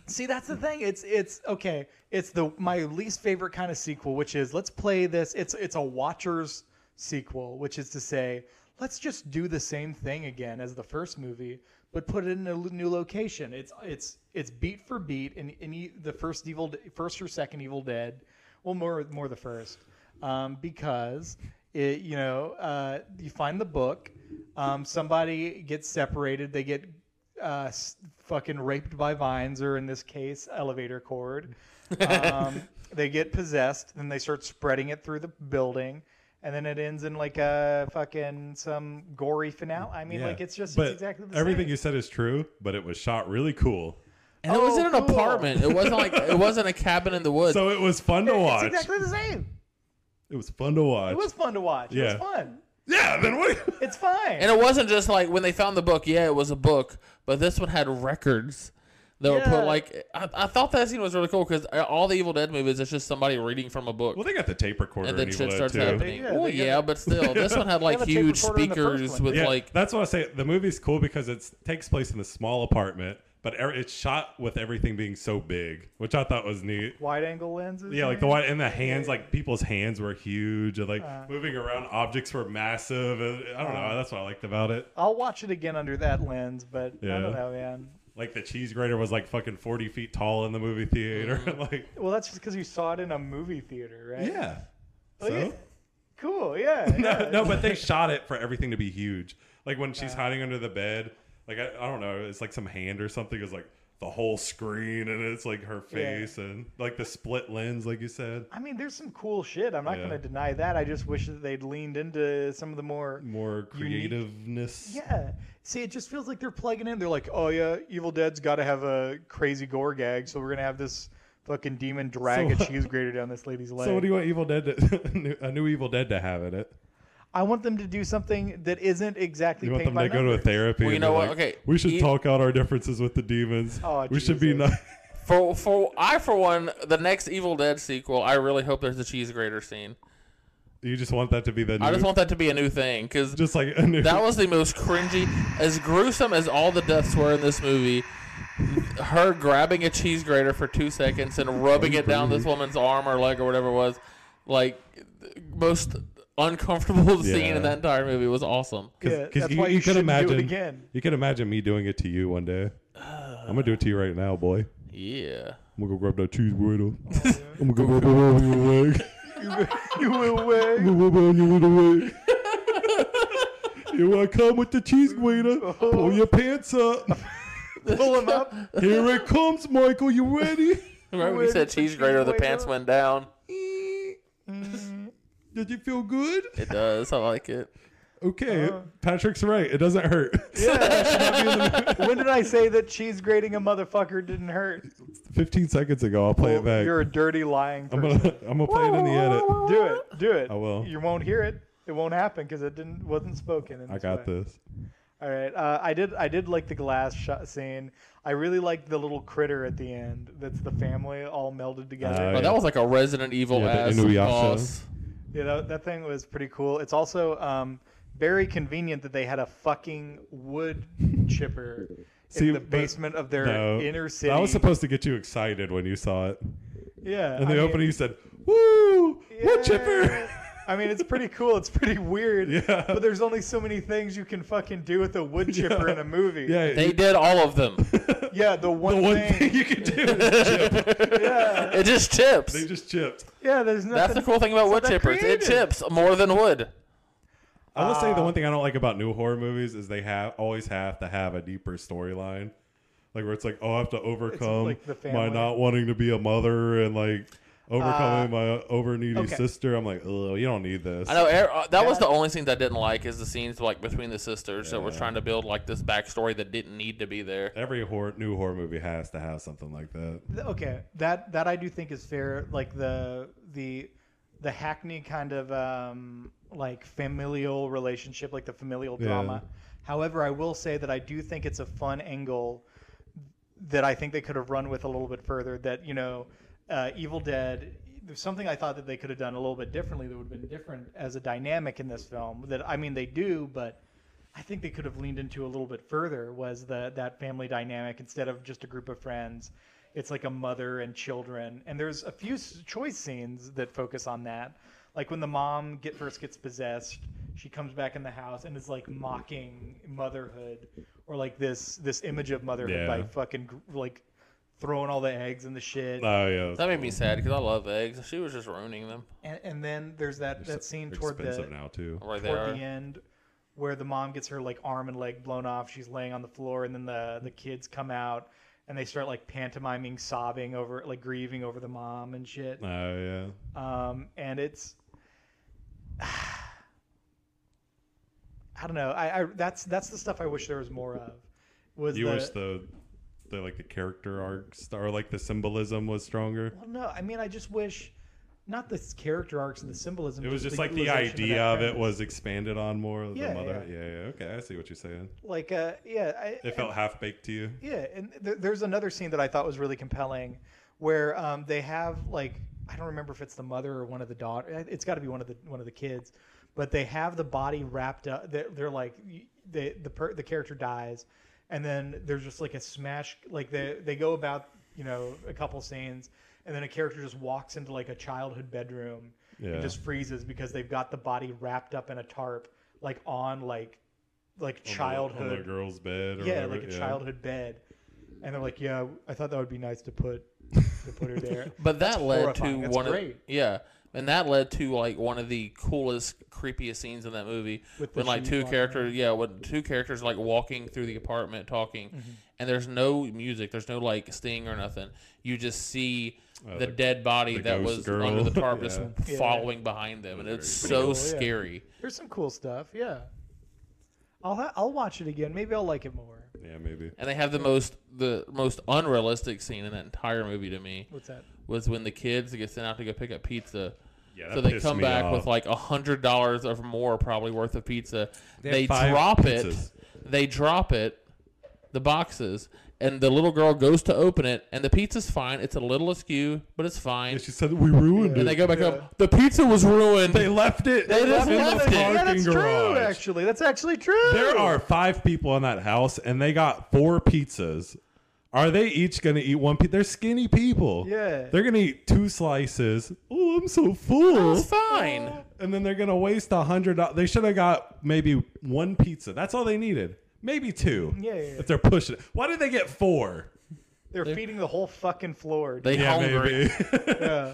Speaker 2: See, that's the thing. It's it's okay. It's the my least favorite kind of sequel, which is let's play this. It's it's a watchers sequel, which is to say, let's just do the same thing again as the first movie, but put it in a l- new location. It's it's it's beat for beat in any the first evil D- first or second Evil Dead, well more more the first, um, because it you know uh, you find the book, um, somebody gets separated, they get uh, s- fucking raped by vines, or in this case, elevator cord. Um, they get possessed, then they start spreading it through the building, and then it ends in like a fucking some gory finale. I mean,
Speaker 3: Yeah.
Speaker 2: like it's just
Speaker 3: But
Speaker 2: it's exactly the
Speaker 3: everything
Speaker 2: same.
Speaker 3: you said is true, but it was shot really cool.
Speaker 1: And it was in
Speaker 2: Oh,
Speaker 1: an
Speaker 2: cool.
Speaker 1: apartment. It wasn't like it wasn't a cabin in the woods.
Speaker 3: So it was fun to
Speaker 2: It's
Speaker 3: watch.
Speaker 2: exactly the same.
Speaker 3: It was fun to watch.
Speaker 2: It was fun to watch. It was
Speaker 3: Yeah.
Speaker 2: fun.
Speaker 3: yeah, then what?
Speaker 2: It's fine.
Speaker 1: And it wasn't just like when they found the book, yeah, it was a book, but this one had records They would put
Speaker 2: Yeah.
Speaker 1: like I, I thought that scene was really cool because all the Evil Dead movies it's just somebody reading from a book
Speaker 3: Well, they got the tape recorder
Speaker 1: and then
Speaker 3: in
Speaker 1: shit
Speaker 3: Evil Dead
Speaker 1: starts
Speaker 3: too.
Speaker 1: happening.
Speaker 2: Yeah,
Speaker 1: well,
Speaker 2: they got
Speaker 1: yeah, but still, this one had like
Speaker 2: have a tape
Speaker 1: huge
Speaker 2: recorder in the first
Speaker 1: speakers
Speaker 2: one.
Speaker 1: with
Speaker 3: Yeah,
Speaker 1: like
Speaker 3: that's what I say. The movie's cool because it takes place in a small apartment, but er- it's shot with everything being so big, which I thought was neat.
Speaker 2: Wide angle lenses.
Speaker 3: Yeah, like the one in the hands, like people's hands were huge, and like
Speaker 2: Uh.
Speaker 3: moving around objects were massive. And I don't know. That's what I liked about it.
Speaker 2: I'll watch it again under that lens, but I
Speaker 3: Yeah.
Speaker 2: don't know, man.
Speaker 3: Like the cheese grater was like fucking forty feet tall in the movie theater. like,
Speaker 2: Well, that's just because you saw it in a movie theater, right?
Speaker 3: Oh, yeah.
Speaker 2: Like,
Speaker 3: So
Speaker 2: it- Cool. Yeah. yeah.
Speaker 3: no, no, but they shot it for everything to be huge. Like when she's hiding under the bed, like I, I don't know, it's like some hand or something is like the whole screen, and it's like her face and like the split lens, like you said,
Speaker 2: I mean, there's some cool shit. I'm not
Speaker 3: Yeah.
Speaker 2: going to deny that. I just wish that they'd leaned into some of the more.
Speaker 3: more
Speaker 2: Unique.
Speaker 3: creativeness.
Speaker 2: Yeah. See, it just feels like they're plugging in. They're like, oh, yeah, Evil Dead's got to have a crazy gore gag, so we're going to have this fucking demon drag
Speaker 3: So-
Speaker 2: a cheese grater down this lady's leg.
Speaker 3: So what do you want Evil Dead to, a new Evil Dead to have in it?
Speaker 2: I want them to do something that isn't exactly
Speaker 3: You want
Speaker 2: paint
Speaker 3: them
Speaker 2: by
Speaker 3: to go to a
Speaker 2: numbers.
Speaker 3: therapy?
Speaker 1: Well, you
Speaker 3: and
Speaker 1: know
Speaker 3: be
Speaker 1: what?
Speaker 3: like,
Speaker 1: Okay.
Speaker 3: we should
Speaker 1: E-
Speaker 3: talk out our differences with the demons.
Speaker 2: Oh,
Speaker 3: we should be
Speaker 2: Jesus.
Speaker 3: nice.
Speaker 1: for for I for one the next Evil Dead sequel. I really hope there's a cheese grater scene.
Speaker 3: You just want that to be the new,
Speaker 1: I just want that to be a new thing because
Speaker 3: just like a new.
Speaker 1: that was the most cringy, as gruesome as all the deaths were in this movie. Her grabbing a cheese grater for two seconds and rubbing it down this woman's arm or leg or whatever it was, like the most uncomfortable scene
Speaker 3: Yeah.
Speaker 1: in that entire movie was awesome.
Speaker 2: Yeah, that's why you
Speaker 3: could
Speaker 2: shouldn't do it
Speaker 3: imagine
Speaker 2: again.
Speaker 3: You can imagine me doing it to you one day. I'm gonna do it to you right now, boy.
Speaker 1: Yeah.
Speaker 3: I'm gonna go grab that cheese burrito.
Speaker 2: Oh,
Speaker 3: I'm gonna go rub it on your leg.
Speaker 2: you will win.
Speaker 3: I'm gonna rub it on your little leg. Here I come with the cheese grater. Pull your pants up.
Speaker 2: Pull him up.
Speaker 3: Here it comes, Michael. You ready?
Speaker 1: Remember when you said cheese grater, the pants went down?
Speaker 3: Did you feel good?
Speaker 1: It does. I like it.
Speaker 3: Oh, Okay,
Speaker 2: Uh-huh.
Speaker 3: Patrick's right. It doesn't hurt.
Speaker 2: when did I say that cheese grating a motherfucker didn't hurt?
Speaker 3: 15 seconds ago, I'll play
Speaker 2: Well,
Speaker 3: it
Speaker 2: You're
Speaker 3: back.
Speaker 2: a dirty lying.
Speaker 3: I'm
Speaker 2: Person.
Speaker 3: gonna, I'm gonna play it in the edit.
Speaker 2: Do it. Do it.
Speaker 3: I will.
Speaker 2: You won't hear it. It won't happen because it didn't wasn't spoken. in
Speaker 3: I got
Speaker 2: way.
Speaker 3: this.
Speaker 2: All right. Uh, I did. I did like the glass shot scene. I really liked the little critter at the end. That's the family all melded together.
Speaker 3: Oh,
Speaker 1: Oh,
Speaker 3: yeah.
Speaker 1: that was like a Resident Evil
Speaker 3: Yeah,
Speaker 1: ass
Speaker 3: the Inuyasha.
Speaker 1: boss.
Speaker 2: Yeah, that, that thing was pretty cool. It's also um, very convenient that they had a fucking wood chipper
Speaker 3: See,
Speaker 2: in the
Speaker 3: but-
Speaker 2: basement of their
Speaker 3: No,
Speaker 2: inner city.
Speaker 3: I was supposed to get you excited when you saw it.
Speaker 2: Yeah.
Speaker 3: In the
Speaker 2: I mean-
Speaker 3: opening, you said, "Woo,
Speaker 2: Yeah.
Speaker 3: what chipper!"
Speaker 2: I mean, it's pretty cool. It's pretty weird.
Speaker 3: Yeah.
Speaker 2: But there's only so many things you can fucking do with a wood chipper in a movie.
Speaker 3: yeah,
Speaker 1: They did all of them.
Speaker 2: Yeah. The one,
Speaker 3: the one
Speaker 2: thing.
Speaker 3: thing you could do. Is chip.
Speaker 2: yeah.
Speaker 1: It just chips.
Speaker 3: They just chipped.
Speaker 2: Yeah. There's
Speaker 1: That's
Speaker 2: nothing.
Speaker 1: the cool thing about wood
Speaker 2: they're
Speaker 1: chippers. It
Speaker 2: creative.
Speaker 1: chips more than wood.
Speaker 3: I will
Speaker 2: Uh,
Speaker 3: say the one thing I don't like about new horror movies is they have always have to have a deeper storyline, like where it's like, "Oh, I have to overcome
Speaker 2: like the
Speaker 3: my
Speaker 2: family. Uh,
Speaker 3: not wanting to be a mother and like overcoming my over needy
Speaker 2: okay.
Speaker 3: sister." I'm like, "Oh, you don't need this."
Speaker 1: I know er- uh, that was the
Speaker 2: That-
Speaker 1: only scenes I didn't like is the scenes like between the sisters that were trying to build like this backstory that didn't need to be there.
Speaker 3: Every horror, new horror movie has to have something like that.
Speaker 2: Th- okay that that i do think is fair like the the the hackney kind of um like familial relationship like the familial
Speaker 3: Yeah.
Speaker 2: drama however i will say that i do think it's a fun angle that i think they could have run with a little bit further that you know uh, evil dead there's something i thought that they could have done a little bit differently that would have been different as a dynamic in this film that i mean they do but I think they could have leaned into a little bit further was the that family dynamic instead of just a group of friends. It's like a mother and children, and there's a few s- choice scenes that focus on that. Like when the mom get first gets possessed, she comes back in the house and is like mocking motherhood, or like this this image of motherhood
Speaker 3: Yeah.
Speaker 2: by fucking gr- like throwing all the eggs and the shit.
Speaker 3: Oh yeah,
Speaker 1: That made me sad because I love eggs. She was just ruining them.
Speaker 2: and, and then there's that that scene toward the
Speaker 3: expensive now too.
Speaker 1: Right
Speaker 2: toward
Speaker 1: there.
Speaker 2: the end where the mom gets her like arm and leg blown off she's laying on the floor and then the the kids come out and they start like pantomiming sobbing over like grieving over the mom and shit
Speaker 3: Oh yeah.
Speaker 2: um and it's i don't know i i that's that's the stuff i wish there was more of was
Speaker 3: You
Speaker 2: the,
Speaker 3: wish the the like the character arcs or like the symbolism was stronger.
Speaker 2: well no i mean i just wish not the character arcs and the symbolism.
Speaker 3: It was just like the
Speaker 2: utilization that
Speaker 3: idea of it
Speaker 2: premise.
Speaker 3: was expanded on more. The
Speaker 2: Yeah,
Speaker 3: mother.
Speaker 2: yeah.
Speaker 3: Yeah. yeah, Okay, I see what you're saying.
Speaker 2: like uh yeah. I,
Speaker 3: It felt half baked to you.
Speaker 2: Yeah, and th- there's another scene that I thought was really compelling, where um, they have like I don't remember if it's the mother or one of the daughter. It's got to be one of the one of the kids, but they have the body wrapped up. They're, they're like y- they, the per, the character dies, and then there's just like a smash. Like they they go about you know a couple scenes, and then a character just walks into like a childhood bedroom
Speaker 3: Yeah.
Speaker 2: and just freezes because they've got the body wrapped up in a tarp, like on like like
Speaker 3: On the-
Speaker 2: childhood
Speaker 3: on the girl's bed. Or
Speaker 2: yeah,
Speaker 3: whatever,
Speaker 2: like a childhood bed. And they're like, yeah, I thought that would be nice to put to put her there.
Speaker 1: But that led to
Speaker 2: horrifying. That's
Speaker 1: one
Speaker 2: great.
Speaker 1: of yeah, and that led to like one of the coolest, creepiest scenes in that movie.
Speaker 2: With the
Speaker 1: when like
Speaker 2: sheep
Speaker 1: two
Speaker 2: walking
Speaker 1: characters, yeah, when two characters like walking through the apartment talking,
Speaker 2: Mm-hmm.
Speaker 1: and there's no music, there's no like sting or nothing. You just see
Speaker 3: Oh,
Speaker 1: the
Speaker 3: the-
Speaker 1: dead body
Speaker 3: the
Speaker 1: that
Speaker 3: ghost
Speaker 1: was
Speaker 3: girl.
Speaker 1: under the tarp just
Speaker 3: Yeah.
Speaker 2: Yeah.
Speaker 1: following behind them, and it's
Speaker 3: Pretty
Speaker 1: so
Speaker 2: cool, yeah.
Speaker 1: scary.
Speaker 2: There's some cool stuff. Yeah, I'll ha- I'll watch it again. Maybe I'll like it more.
Speaker 3: Yeah, maybe.
Speaker 1: And they have the most the most unrealistic scene in that entire movie to me
Speaker 2: What's that?
Speaker 1: was when the kids get sent out to go pick up pizza.
Speaker 3: Yeah, that
Speaker 1: so they
Speaker 3: pissed
Speaker 1: come
Speaker 3: me
Speaker 1: back
Speaker 3: off.
Speaker 1: with like a hundred dollars or more, probably worth of pizza. They,
Speaker 3: had five
Speaker 1: drop
Speaker 3: pizzas.
Speaker 1: it. They drop it. The boxes, and the little girl goes to open it, and the pizza's fine. It's a little askew, but it's fine.
Speaker 3: And she said we ruined
Speaker 1: and
Speaker 3: it.
Speaker 1: they go back
Speaker 2: Yeah.
Speaker 1: up. The pizza was ruined.
Speaker 3: They left it.
Speaker 1: They just
Speaker 3: in
Speaker 1: left
Speaker 3: the
Speaker 1: it.
Speaker 2: Yeah,
Speaker 3: parking
Speaker 2: that's
Speaker 3: garage.
Speaker 2: true. Actually, that's actually true.
Speaker 3: There are five people in that house, and they got four pizzas. Are they each going to eat one pizza? They're skinny people.
Speaker 2: Yeah.
Speaker 3: They're going to eat two slices. Oh, I'm so full.
Speaker 1: it's fine.
Speaker 3: And then they're going to waste a hundred. dollars. They should have got maybe one pizza. That's all they needed. Maybe two.
Speaker 2: Yeah, yeah, yeah.
Speaker 3: If they're pushing it. Why did they get four?
Speaker 2: They're feeding the whole fucking floor.
Speaker 1: They
Speaker 3: Yeah,
Speaker 1: hungry.
Speaker 3: maybe.
Speaker 2: yeah.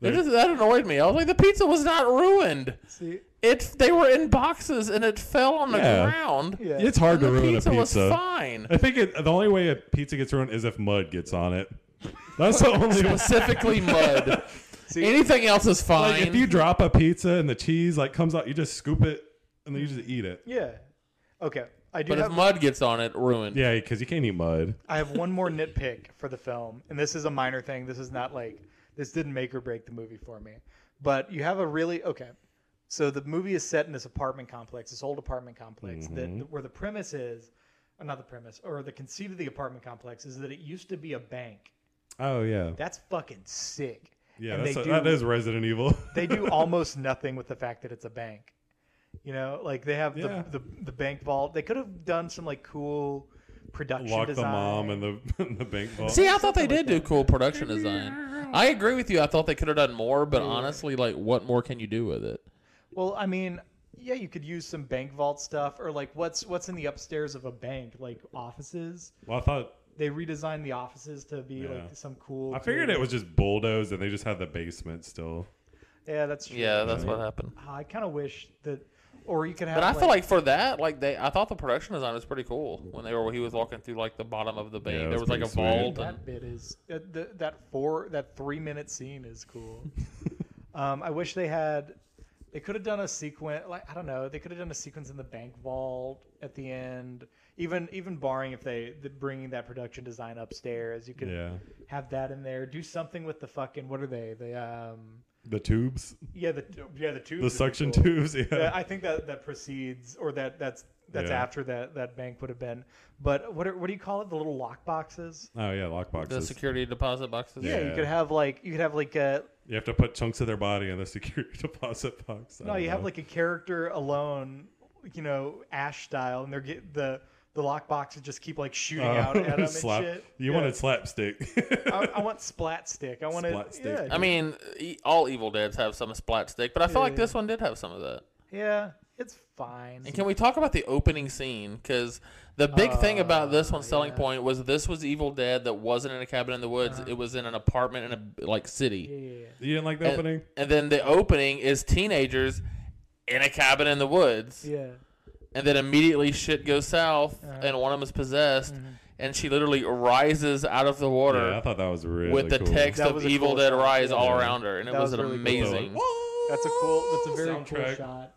Speaker 1: It just- that annoyed me. I was like, the pizza was not ruined.
Speaker 2: See.
Speaker 1: It they were in boxes and it fell on the
Speaker 3: Yeah.
Speaker 1: ground.
Speaker 2: Yeah.
Speaker 3: it's hard
Speaker 1: And
Speaker 3: to
Speaker 1: the
Speaker 3: ruin
Speaker 1: pizza
Speaker 3: a
Speaker 1: was
Speaker 3: pizza.
Speaker 1: fine.
Speaker 3: I think it, the only way a pizza gets ruined is if mud gets on it. That's the only way.
Speaker 1: Specifically, mud.
Speaker 2: See-
Speaker 1: Anything else is fine.
Speaker 3: Like if you drop a pizza and the cheese like comes out, you just scoop it and then you just eat it.
Speaker 2: Yeah. Okay. I do
Speaker 1: But
Speaker 2: have.
Speaker 1: if mud gets on it, ruined.
Speaker 3: Yeah, because you can't eat mud.
Speaker 2: I have one more nitpick for the film, and this is a minor thing. This is not like this didn't make or break the movie for me. But you have a really okay. So the movie is set in this apartment complex, this old apartment complex
Speaker 3: Mm-hmm.
Speaker 2: that where the premise is, or not the premise, or the conceit of the apartment complex is that it used to be a bank.
Speaker 3: Oh yeah,
Speaker 2: That's fucking sick.
Speaker 3: yeah.
Speaker 2: And
Speaker 3: That's
Speaker 2: they
Speaker 3: a-
Speaker 2: do-
Speaker 3: that is Resident Evil.
Speaker 2: they do almost nothing with the fact that it's a bank. You know, like they have
Speaker 3: Yeah.
Speaker 2: the, the the bank vault. They could have done some like cool production
Speaker 3: lock the
Speaker 2: design.
Speaker 3: mom and the and the bank vault.
Speaker 1: See, I thought they did do cool production design. I agree with you. I thought they could have done more, but honestly, like, what more can you do with it?
Speaker 2: Well, I mean, yeah, you could use some bank vault stuff or like what's what's in the upstairs of a bank, like offices.
Speaker 3: well, I thought
Speaker 2: They redesigned the offices to be
Speaker 3: Yeah.
Speaker 2: like some cool.
Speaker 3: I figured it was just bulldozed and they just had the basement still.
Speaker 2: Yeah, that's true.
Speaker 1: Yeah, that's what happened.
Speaker 2: Ah, I kind of wish that, or you could have.
Speaker 1: But I feel like for that, like they, I thought the production design was pretty cool when they were when he was walking through like the bottom of the bank.
Speaker 3: Yeah, it
Speaker 1: there was
Speaker 3: was
Speaker 1: like a
Speaker 3: pretty sweet.
Speaker 1: vault. And,
Speaker 2: that bit is that the, that four that three minute scene is cool. um, I wish they had. They could have done a sequence, like I don't know. They could have done a sequence in the bank vault at the end. Even even barring if they the, bringing that production design upstairs, you could
Speaker 3: Yeah,
Speaker 2: have that in there. Do something with the fucking what are they? The um
Speaker 3: the tubes,
Speaker 2: yeah the yeah the tubes.
Speaker 3: the
Speaker 2: would be
Speaker 3: suction
Speaker 2: cool.
Speaker 3: tubes. Yeah,
Speaker 2: Uh, I think that that precedes or that that's that's
Speaker 3: Yeah.
Speaker 2: after that that bank would have been. But what are, what do you call it? The little lock boxes.
Speaker 3: oh yeah, lock
Speaker 1: the
Speaker 3: boxes.
Speaker 1: security deposit boxes.
Speaker 2: Yeah, you
Speaker 3: Yeah.
Speaker 2: could have like you could have like a
Speaker 3: you have to put chunks of their body in the security deposit box. I
Speaker 2: no,
Speaker 3: don't
Speaker 2: you have
Speaker 3: know.
Speaker 2: like a character alone, you know, Ash style, and they're get the the lock boxes just keep like shooting out at them
Speaker 3: Uh, slap.
Speaker 2: and shit.
Speaker 3: You
Speaker 2: yeah.
Speaker 3: wanted slapstick.
Speaker 2: I, I want splat stick. I want
Speaker 3: Splat
Speaker 2: to.
Speaker 3: stick.
Speaker 2: Yeah,
Speaker 1: I mean, e- all Evil Dead's have some splat stick, but I feel like
Speaker 2: Yeah.
Speaker 1: this one did have some of that.
Speaker 2: yeah, it's fine.
Speaker 1: And can we talk about the opening scene? Because the big thing about this one's selling
Speaker 2: Uh, yeah. Uh-huh.
Speaker 1: point was this was Evil Dead that wasn't in a cabin in the woods. It was in an apartment in a like
Speaker 2: Yeah,
Speaker 1: city.
Speaker 2: yeah, yeah.
Speaker 3: you didn't like the
Speaker 1: And-
Speaker 3: opening?
Speaker 1: And, then the opening is teenagers in a cabin in the woods.
Speaker 2: yeah. Uh-huh.
Speaker 1: And then immediately shit goes south, and one of them is possessed,
Speaker 2: Mm-hmm.
Speaker 1: and she literally rises out of the water
Speaker 3: Yeah, I thought that was really
Speaker 1: with the
Speaker 3: cool.
Speaker 1: text
Speaker 2: That
Speaker 1: of
Speaker 2: was a
Speaker 1: Evil
Speaker 2: cool
Speaker 1: Dead
Speaker 2: shot,
Speaker 1: Rise
Speaker 2: yeah.
Speaker 1: all around her, and it
Speaker 2: That
Speaker 1: was,
Speaker 2: was
Speaker 1: an
Speaker 2: really cool.
Speaker 1: amazing.
Speaker 2: That's a cool. That's a very cool
Speaker 3: Soundtrack.
Speaker 2: shot.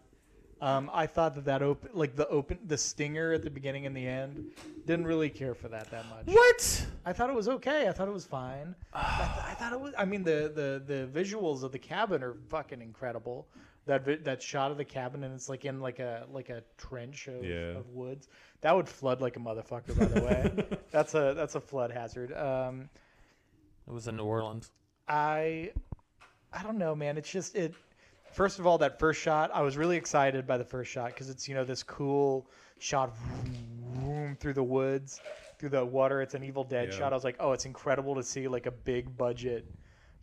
Speaker 2: Um, I thought that that open, like the open, the stinger at the beginning and the end, didn't really care for that that much.
Speaker 1: What?
Speaker 2: I thought it was okay. I thought it was fine. I, th- I thought it was. I mean, the, the the visuals of the cabin are fucking incredible. That vi- that shot of the cabin and it's like in like a like a trench of,
Speaker 3: Yeah.
Speaker 2: of woods. That would flood like a motherfucker. By the way, that's a that's a flood hazard. Um,
Speaker 1: It was in New Orleans.
Speaker 2: I I don't know, man. It's just it. First of all, that first shot, I was really excited by the first shot because it's you know this cool shot vroom, vroom, through the woods, through the water. It's an Evil Dead
Speaker 3: Yeah.
Speaker 2: shot. I was like, oh, it's incredible to see like a big budget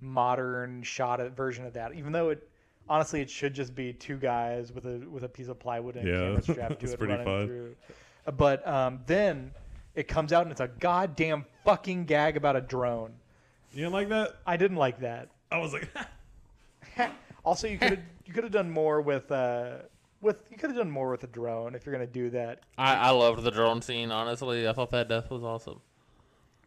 Speaker 2: modern shot of, version of that. Even though it honestly it should just be two guys with a with a piece of plywood and a
Speaker 3: Yeah.
Speaker 2: camera strapped to
Speaker 3: It's
Speaker 2: it
Speaker 3: pretty
Speaker 2: running
Speaker 3: fun.
Speaker 2: through. But um, then it comes out and it's a goddamn fucking gag about a drone.
Speaker 3: You didn't like that?
Speaker 2: I didn't like that.
Speaker 3: I was like,
Speaker 2: also, you could you could have done more with uh, with you could have done more with a drone if you're gonna do that.
Speaker 1: I, I loved the drone scene, honestly. I thought that death was awesome.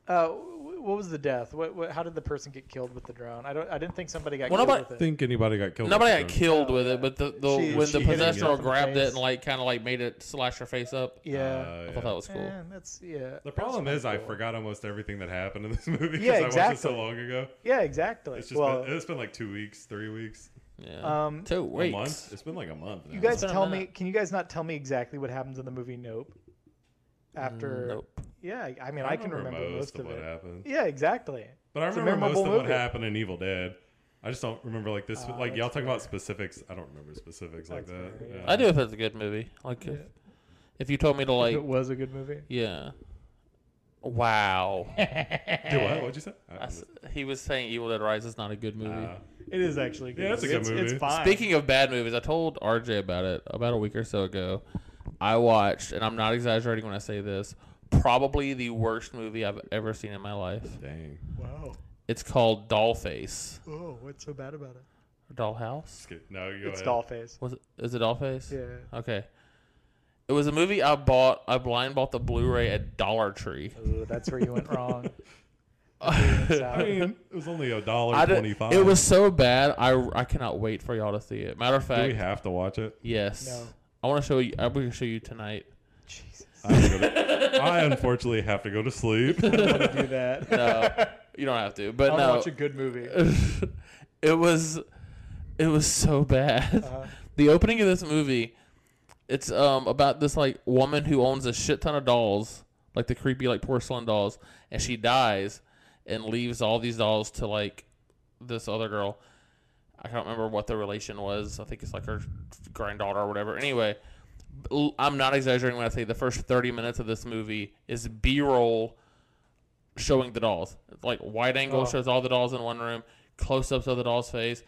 Speaker 2: Uh, wh- what was the death? What, what how did the person get killed with the drone? I don't I didn't think somebody got
Speaker 1: Well,
Speaker 2: killed
Speaker 1: nobody-
Speaker 2: with it.
Speaker 3: think anybody got killed.
Speaker 1: Nobody
Speaker 3: with
Speaker 1: got
Speaker 3: the
Speaker 1: killed
Speaker 2: Oh,
Speaker 1: with
Speaker 2: yeah.
Speaker 1: it, but the, the
Speaker 2: She-
Speaker 1: when
Speaker 3: she
Speaker 1: the
Speaker 3: hit him, yeah.
Speaker 1: possessor grabbed it
Speaker 2: Face.
Speaker 1: and like kind of like made it slash her face up.
Speaker 2: yeah.
Speaker 3: drone.
Speaker 1: I
Speaker 3: Uh,
Speaker 1: thought
Speaker 3: yeah.
Speaker 1: that was cool.
Speaker 2: Eh, that's yeah.
Speaker 3: The problem
Speaker 2: that's
Speaker 3: is I
Speaker 2: cool.
Speaker 3: forgot almost everything that happened in this movie because
Speaker 2: Yeah,
Speaker 3: I watched it
Speaker 2: exactly.
Speaker 3: so long ago.
Speaker 2: Yeah, exactly.
Speaker 3: It's just
Speaker 2: well,
Speaker 3: been, it's been like two weeks, three weeks,
Speaker 1: Yeah.
Speaker 2: Um,
Speaker 1: Two
Speaker 3: a month.
Speaker 1: weeks.
Speaker 3: It's been like a month.
Speaker 2: you
Speaker 3: now.
Speaker 2: guys
Speaker 1: been a
Speaker 2: tell me.
Speaker 1: minute.
Speaker 2: Can you guys not tell me exactly what happens in the movie Nope? After
Speaker 1: Mm, Nope.
Speaker 2: yeah, I- I mean I, can remember most, of,
Speaker 3: what
Speaker 2: it.
Speaker 3: happened,
Speaker 2: Yeah, exactly.
Speaker 3: but I
Speaker 2: It's a
Speaker 3: remember most of
Speaker 2: memorable
Speaker 3: what
Speaker 2: movie.
Speaker 3: happened in Evil Dead. I just don't remember like this.
Speaker 2: Ah,
Speaker 3: like y'all
Speaker 2: that's
Speaker 3: talking about
Speaker 2: fair.
Speaker 3: specifics, I don't remember specifics like
Speaker 2: That's
Speaker 3: that.
Speaker 2: fair, yeah.
Speaker 3: Yeah.
Speaker 1: I do if it's a good movie. Like if,
Speaker 2: Yeah.
Speaker 1: if you told me to
Speaker 2: If
Speaker 1: like
Speaker 2: it was a good movie.
Speaker 1: yeah. Wow.
Speaker 3: Do what? What'd you say? I don't
Speaker 1: I s- he was saying Evil Dead Rise is not a good movie.
Speaker 3: know. Uh,
Speaker 2: It is actually a good.
Speaker 3: Yeah, it's a
Speaker 2: movie.
Speaker 3: good
Speaker 2: It's,
Speaker 3: movie.
Speaker 2: it's fine.
Speaker 1: Speaking of bad movies, I told RJ about it about a week or so ago. I watched, and I'm not exaggerating when I say this, probably the worst movie I've ever seen in my life.
Speaker 3: dang.
Speaker 2: wow.
Speaker 1: It's called Dollface.
Speaker 2: Oh, what's so bad about it?
Speaker 1: Dollhouse?
Speaker 3: Just kidding. No, you go
Speaker 2: It's
Speaker 3: ahead.
Speaker 2: Dollface.
Speaker 1: Was it, is it Dollface?
Speaker 2: Yeah.
Speaker 1: Okay. It was a movie I bought. I blind bought the Blu-ray at Dollar Tree.
Speaker 2: Ooh, that's where you went wrong. That's where you went
Speaker 3: I
Speaker 2: sour.
Speaker 3: mean, it was only a dollar
Speaker 1: I did-
Speaker 3: twenty-five.
Speaker 1: it was so bad. I, I cannot wait for y'all to see it. Matter of
Speaker 3: Do we
Speaker 1: fact,
Speaker 3: have to watch it?
Speaker 1: yes.
Speaker 2: No.
Speaker 1: I want to show you. I'm going to show you tonight.
Speaker 2: Jesus.
Speaker 3: I, have to go to- I unfortunately have to go to sleep.
Speaker 2: I don't want to do that.
Speaker 1: No, you don't have to.
Speaker 2: I
Speaker 1: But
Speaker 2: want to
Speaker 1: no,
Speaker 2: watch a good movie.
Speaker 1: it was it was so bad.
Speaker 2: Uh-huh.
Speaker 1: The opening of this movie, it's um about this like woman who owns a shit ton of dolls, like the creepy like porcelain dolls, and she dies and leaves all these dolls to like this other girl. I can't remember what the relation was. I think it's like her granddaughter or whatever. Anyway, l- I'm not exaggerating when I say the first 30 minutes of this movie is B-roll showing the dolls. Like wide angle
Speaker 2: Oh.
Speaker 1: shows all the dolls in one room, close-ups of the doll's face,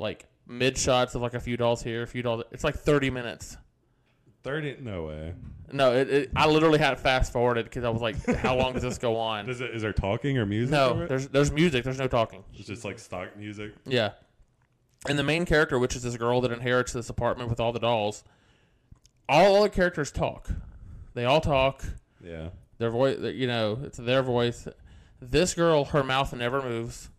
Speaker 1: like mid shots of like a few dolls here, a few dolls. It's like 30 minutes.
Speaker 3: Thirty? No way.
Speaker 1: No, it, it, I literally had it fast forwarded because I was like, how long does this go on?
Speaker 3: Is it? Is there talking or music? over
Speaker 1: No,
Speaker 3: it?
Speaker 1: there's there's music. There's no talking.
Speaker 3: It's just like stock music.
Speaker 1: Yeah. And the main character, which is this girl that inherits this apartment with all the dolls, all other characters talk. They all talk.
Speaker 3: Yeah.
Speaker 1: Their voice, you know, it's their voice. This girl, her mouth never moves.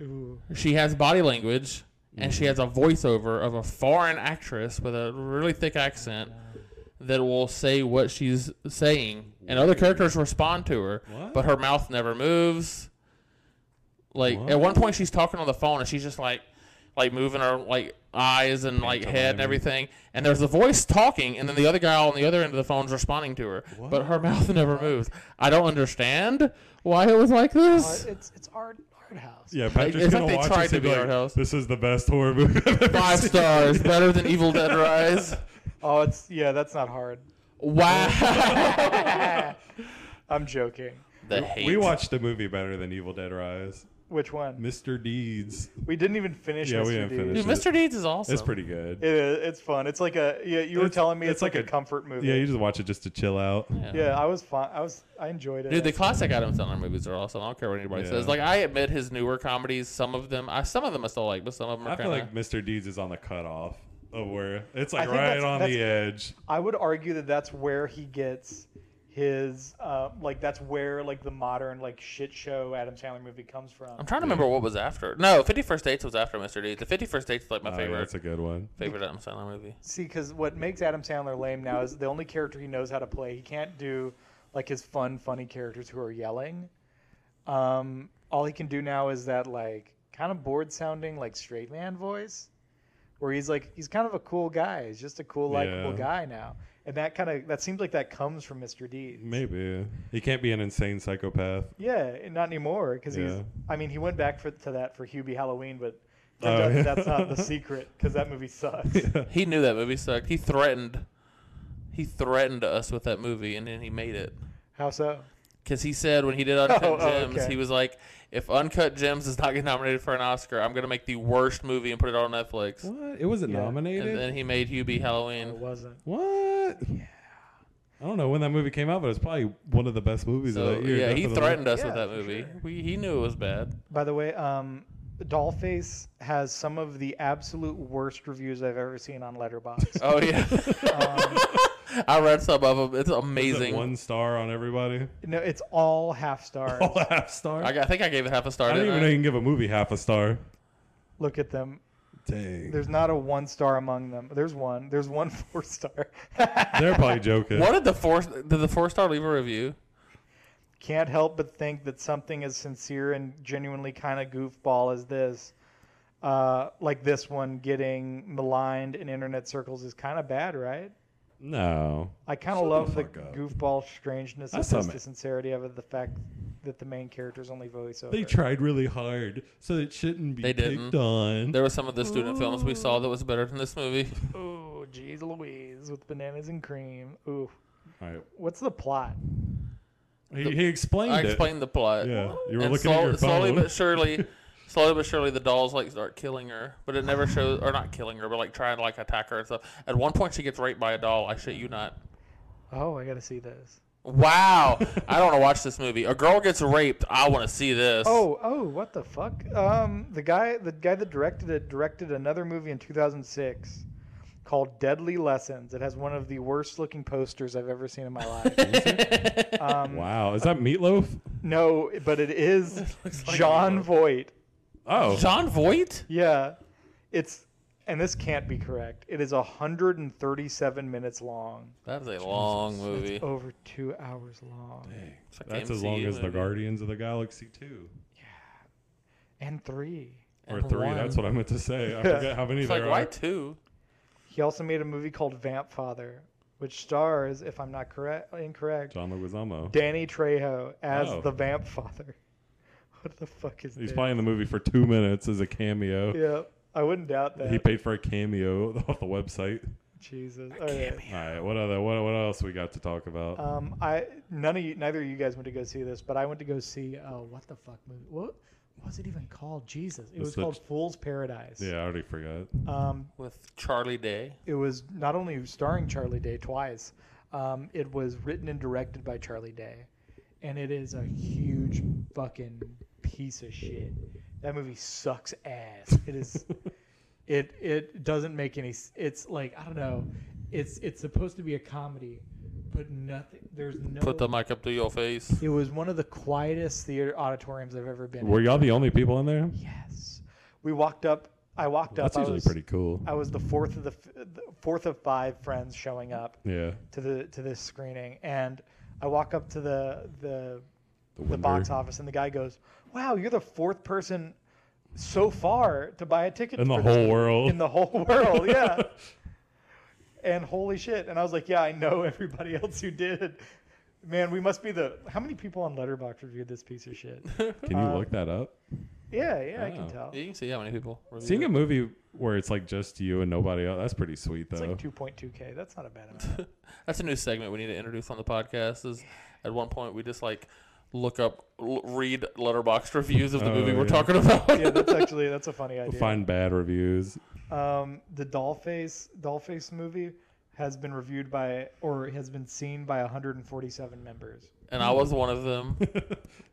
Speaker 2: Ooh.
Speaker 1: She has body language, and she has a voiceover of a foreign actress with a really thick accent that will say what she's saying, and other characters respond to her,
Speaker 3: What?
Speaker 1: but her mouth never moves. Like at one point, she's talking on the phone, and she's just like, like moving her like eyes and like head and
Speaker 3: Pantomiming.
Speaker 1: everything. And there's a voice talking, and then the other guy on the other end of the phone's responding to her, but her mouth never moves. I don't understand why it was like this.
Speaker 2: Art- Uh, It's it's art art house.
Speaker 3: Yeah, Patrick's
Speaker 1: it's
Speaker 3: gonna
Speaker 1: like they
Speaker 3: watch
Speaker 1: tried
Speaker 3: this
Speaker 1: to
Speaker 3: and
Speaker 1: be
Speaker 3: be
Speaker 1: art
Speaker 3: like,
Speaker 1: house.
Speaker 3: "This is the best horror movie I've ever
Speaker 1: Five
Speaker 3: seen."
Speaker 1: stars, better than Evil Dead Rise.
Speaker 2: Oh, it's yeah. That's not hard.
Speaker 1: Wow.
Speaker 2: I'm joking.
Speaker 1: the hate.
Speaker 3: We watched a movie better than Evil Dead Rise.
Speaker 2: Which one?
Speaker 3: Mr. Deeds.
Speaker 2: We didn't even finish.
Speaker 3: Yeah,
Speaker 2: Mr.
Speaker 3: we didn't
Speaker 2: Deeds.
Speaker 3: finish.
Speaker 1: Dude, Mr. Deeds is awesome.
Speaker 3: It's pretty good.
Speaker 2: It is. It's fun. It's like a yeah. You were
Speaker 3: It's-
Speaker 2: telling me it's,
Speaker 3: it's
Speaker 2: like,
Speaker 3: like
Speaker 2: a
Speaker 3: a-
Speaker 2: comfort movie.
Speaker 3: Yeah, you just watch it just to chill out.
Speaker 2: yeah, I was fine. I was. I enjoyed it.
Speaker 1: Dude, the classic Adam Sandler movies are awesome. I don't care what anybody
Speaker 3: Yeah.
Speaker 1: says. Like, I admit his newer comedies, some of them, I some of them I still like, but some of them are
Speaker 3: I feel
Speaker 1: kind of.
Speaker 3: like Mr. Deeds is on the cutoff of where it's
Speaker 2: I
Speaker 3: like
Speaker 2: think
Speaker 3: right
Speaker 2: that's-
Speaker 3: on
Speaker 2: that's-
Speaker 3: the edge.
Speaker 2: I would argue that that's where he gets his uh, like that's where like the modern like shit show Adam Sandler movie comes from.
Speaker 1: I'm trying to remember what was after. No, Fifty First Dates was after Mr. D. The Fifty First Dates is like my
Speaker 3: Oh, yeah,
Speaker 1: favorite
Speaker 3: that's a good one.
Speaker 1: favorite Adam Sandler movie.
Speaker 2: See, because what makes Adam Sandler lame now is the only character he knows how to play. He can't do like his fun, funny characters who are yelling. Um, all he can do now is that like kind of bored sounding like straight man voice, where he's like he's kind of a cool guy. He's just a cool, likable
Speaker 3: Yeah.
Speaker 2: guy now, and that kind of that seems like that comes from Mr. D.
Speaker 3: Maybe he can't be an insane psychopath.
Speaker 2: Yeah, and not anymore because he's.
Speaker 3: Yeah.
Speaker 2: I mean, he went back for to that for Hubie Halloween, but
Speaker 3: Oh,
Speaker 2: turns out
Speaker 3: yeah.
Speaker 2: that's not the secret because that movie sucks.
Speaker 1: He knew that movie sucked. He threatened, he threatened us with that movie, and then he made it.
Speaker 2: How so?
Speaker 1: Because he said when he did Uncut
Speaker 2: Oh, oh,
Speaker 1: Gems,
Speaker 2: okay.
Speaker 1: he was like, "If Uncut Gems does not get nominated for an Oscar, I'm gonna make the worst movie and put it on Netflix."
Speaker 3: What? It wasn't
Speaker 2: Yeah.
Speaker 1: And
Speaker 3: nominated.
Speaker 1: then he made Hubie
Speaker 2: It
Speaker 1: Halloween.
Speaker 2: wasn't.
Speaker 3: what? Yeah. I don't know when that movie came out, but it's probably one of the best movies
Speaker 1: So
Speaker 3: of that year.
Speaker 1: yeah, he
Speaker 3: definitely.
Speaker 1: threatened us
Speaker 2: Yeah,
Speaker 1: with that
Speaker 2: for
Speaker 1: movie.
Speaker 2: sure.
Speaker 1: We, he knew it was bad.
Speaker 2: By the way, um, Dollface has some of the absolute worst reviews I've ever seen on Letterboxd.
Speaker 1: Oh yeah,
Speaker 2: um,
Speaker 1: I read some of them. It's
Speaker 3: Was it
Speaker 1: amazing.
Speaker 3: One star on everybody.
Speaker 2: no, it's all half stars.
Speaker 3: All half star.
Speaker 1: I,
Speaker 3: I,
Speaker 1: got- I think I gave it half a star.
Speaker 3: don't
Speaker 1: didn't
Speaker 3: even know you can give a movie half a star.
Speaker 2: Look at them.
Speaker 3: Dang.
Speaker 2: There's not a one star among them. There's one. There's one four star.
Speaker 3: They're probably joking.
Speaker 1: What did the four? Did the four star leave a review?
Speaker 2: Can't help but think that something as sincere and genuinely kind of goofball as this, uh, like this one, getting maligned in internet circles is kind of bad, right?
Speaker 3: No.
Speaker 2: I kind of
Speaker 3: Shut the
Speaker 2: love the,
Speaker 3: fuck up.
Speaker 2: goofball strangeness of
Speaker 3: That's
Speaker 2: this,
Speaker 3: some-
Speaker 2: the sincerity of it, the fact that the main character's only voiceover.
Speaker 3: They tried really hard, so it shouldn't be
Speaker 1: They didn't.
Speaker 3: picked on.
Speaker 1: There were some of the student films we saw that was better than this movie.
Speaker 2: oh, geez Louise with bananas and cream. Ooh,
Speaker 3: All right.
Speaker 2: what's the plot?
Speaker 3: He,
Speaker 1: The-
Speaker 3: he explained
Speaker 1: I
Speaker 3: it.
Speaker 1: explained the plot.
Speaker 3: Yeah, you were
Speaker 1: and
Speaker 3: looking at
Speaker 1: slow-
Speaker 3: your
Speaker 1: slowly
Speaker 3: phone.
Speaker 1: but surely, slowly but surely, the dolls like start killing her, but it never shows, or not killing her, but like trying to like attack her and stuff. At one point, she gets raped by a doll. I shit you not.
Speaker 2: Oh, I gotta see this.
Speaker 1: Wow, I don't want to watch this movie. A girl gets raped. I want to see this.
Speaker 2: Oh, oh, what the fuck? Um, the guy, the guy that directed it directed another movie in 2006 called Deadly Lessons. It has one of the worst looking posters I've ever seen in my life. um,
Speaker 3: wow, is that Meatloaf?
Speaker 2: No, but it is
Speaker 1: looks like
Speaker 2: John
Speaker 1: a-
Speaker 2: Voight.
Speaker 3: Oh,
Speaker 1: John Voight.
Speaker 2: Yeah, it's and this can't be correct. It is 137 minutes long,
Speaker 1: That is a long movie.
Speaker 2: over two hours long,
Speaker 3: Dang,
Speaker 1: It's like the
Speaker 3: that's as long
Speaker 1: MCU
Speaker 3: as the
Speaker 1: movie.
Speaker 3: Guardians of the Galaxy two
Speaker 2: and three.
Speaker 3: or
Speaker 1: And
Speaker 3: three.
Speaker 1: one.
Speaker 3: That's what I meant to say.
Speaker 2: Yeah.
Speaker 3: I forget how many
Speaker 1: It's
Speaker 3: there
Speaker 1: like
Speaker 3: are.
Speaker 1: why two?
Speaker 2: He also made a movie called Vampfather, which stars, if I'm not correct, incorrect,
Speaker 3: John Leguizamo.
Speaker 2: Danny Trejo as
Speaker 3: Oh.
Speaker 2: the Vamp Father. What the fuck is
Speaker 3: He's
Speaker 2: this?
Speaker 3: probably in the movie for two minutes as a cameo.
Speaker 2: Yeah, I wouldn't doubt that.
Speaker 3: He paid for a cameo off the website.
Speaker 2: Jesus. All right.
Speaker 3: All right, what other? What, what else we got to talk about?
Speaker 2: Um, I none of you, neither of you guys went to go see this, but I went to go see. Oh, what the fuck movie? What was it even called? Jesus, it was
Speaker 3: the-
Speaker 2: called Fool's Paradise.
Speaker 3: yeah, I already forgot.
Speaker 2: Um,
Speaker 1: With Charlie Day.
Speaker 2: it was not only starring Charlie Day twice, um, it was written and directed by Charlie Day, and it is a huge fucking piece of shit. That movie sucks ass. It is. it it doesn't make any. s- It's like I don't know. It's it's supposed to be a comedy, but nothing. There's no.
Speaker 1: Put the mic up to your face.
Speaker 2: it was one of the quietest theater auditoriums I've ever been.
Speaker 3: Were y'all the only people in there?
Speaker 2: in. Yes, we walked up. I walked up.
Speaker 3: That's
Speaker 2: I
Speaker 3: usually
Speaker 2: was-
Speaker 3: pretty cool.
Speaker 2: I was the fourth of the, f- the fourth of five friends showing up
Speaker 3: Yeah,
Speaker 2: to the to this screening, and I walk up to the the
Speaker 3: the,
Speaker 2: the, box office, and the guy goes, "Wow, you're the fourth person so far to buy a ticket
Speaker 3: in the
Speaker 2: for this
Speaker 3: whole
Speaker 2: movie."
Speaker 3: world.
Speaker 2: in the whole world, yeah." and holy shit! And I was like, "Yeah, I know everybody else who did." Man, we must be the how many people on Letterboxd reviewed this piece of shit?
Speaker 3: Can you
Speaker 2: uh,
Speaker 3: look that up?
Speaker 2: Yeah, yeah, I can
Speaker 3: Oh.
Speaker 2: tell.
Speaker 1: You can see how many people. reviewed
Speaker 3: Seeing
Speaker 1: it.
Speaker 3: a movie where it's like just you and nobody else, that's pretty sweet
Speaker 2: It's
Speaker 3: though.
Speaker 2: like 2.2k. That's not a bad amount.
Speaker 1: That's a new segment we need to introduce on the podcast. Is at one point we just like look up, l- read letterbox reviews of the
Speaker 3: Oh,
Speaker 1: movie we're
Speaker 3: yeah.
Speaker 1: talking about.
Speaker 2: yeah, that's actually that's a funny idea.
Speaker 3: Find bad reviews.
Speaker 2: um, the Dollface Dollface movie has been reviewed by or has been seen by 147 members.
Speaker 1: And I was one of them.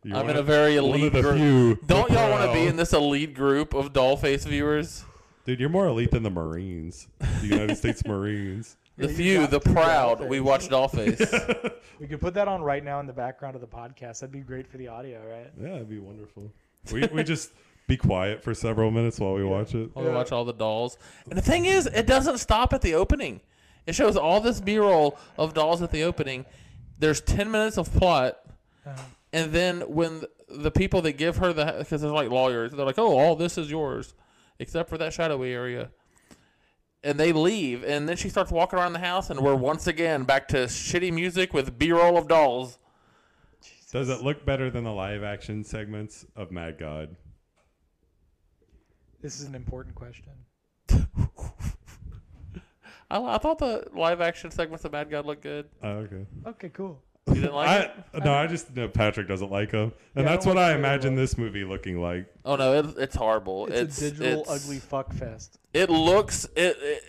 Speaker 3: You
Speaker 1: I'm in
Speaker 3: wanna-
Speaker 1: a very
Speaker 3: one
Speaker 1: elite
Speaker 3: of the
Speaker 1: group.
Speaker 3: few.
Speaker 1: Don't
Speaker 3: The
Speaker 1: y'all want to be
Speaker 3: crowd.
Speaker 1: in this elite group of doll face viewers?
Speaker 3: Dude, you're more elite than the Marines, the United States Marines.
Speaker 1: The
Speaker 2: You
Speaker 1: few,
Speaker 2: got
Speaker 1: the
Speaker 2: two
Speaker 1: proud.
Speaker 2: dollars.
Speaker 1: We watched Dollface.
Speaker 2: We could put that on right now in the background of the podcast. That'd be great for the audio, right?
Speaker 3: Yeah, it'd be wonderful. we we just be quiet for several minutes while we watch it.
Speaker 1: We watch all the dolls. And the thing is, it doesn't stop at the opening. It shows all this B-roll of dolls at the opening. There's ten minutes of plot,
Speaker 2: Uh-huh.
Speaker 1: and then when the people that give her the because they're like lawyers, they're like, "Oh, all this is yours, except for that shadowy area." And they leave, and then she starts walking around the house, and we're once again back to shitty music with B-roll of dolls.
Speaker 3: Does it look better than the live action segments of Mad God?
Speaker 2: This is an important question.
Speaker 1: I, I thought the live action segments of Bad God looked good.
Speaker 3: Oh, okay.
Speaker 2: Okay, cool.
Speaker 1: You didn't like it?
Speaker 3: I, uh, no, I just know Patrick doesn't like him, and
Speaker 2: Yeah, I
Speaker 3: that's
Speaker 2: don't
Speaker 3: what I
Speaker 2: like Taylor
Speaker 3: imagine
Speaker 2: Lautner.
Speaker 3: this movie looking like.
Speaker 1: Oh no, it, it's horrible.
Speaker 2: It's, a digital
Speaker 1: it's-
Speaker 2: ugly fuck fest.
Speaker 1: It looks it, it,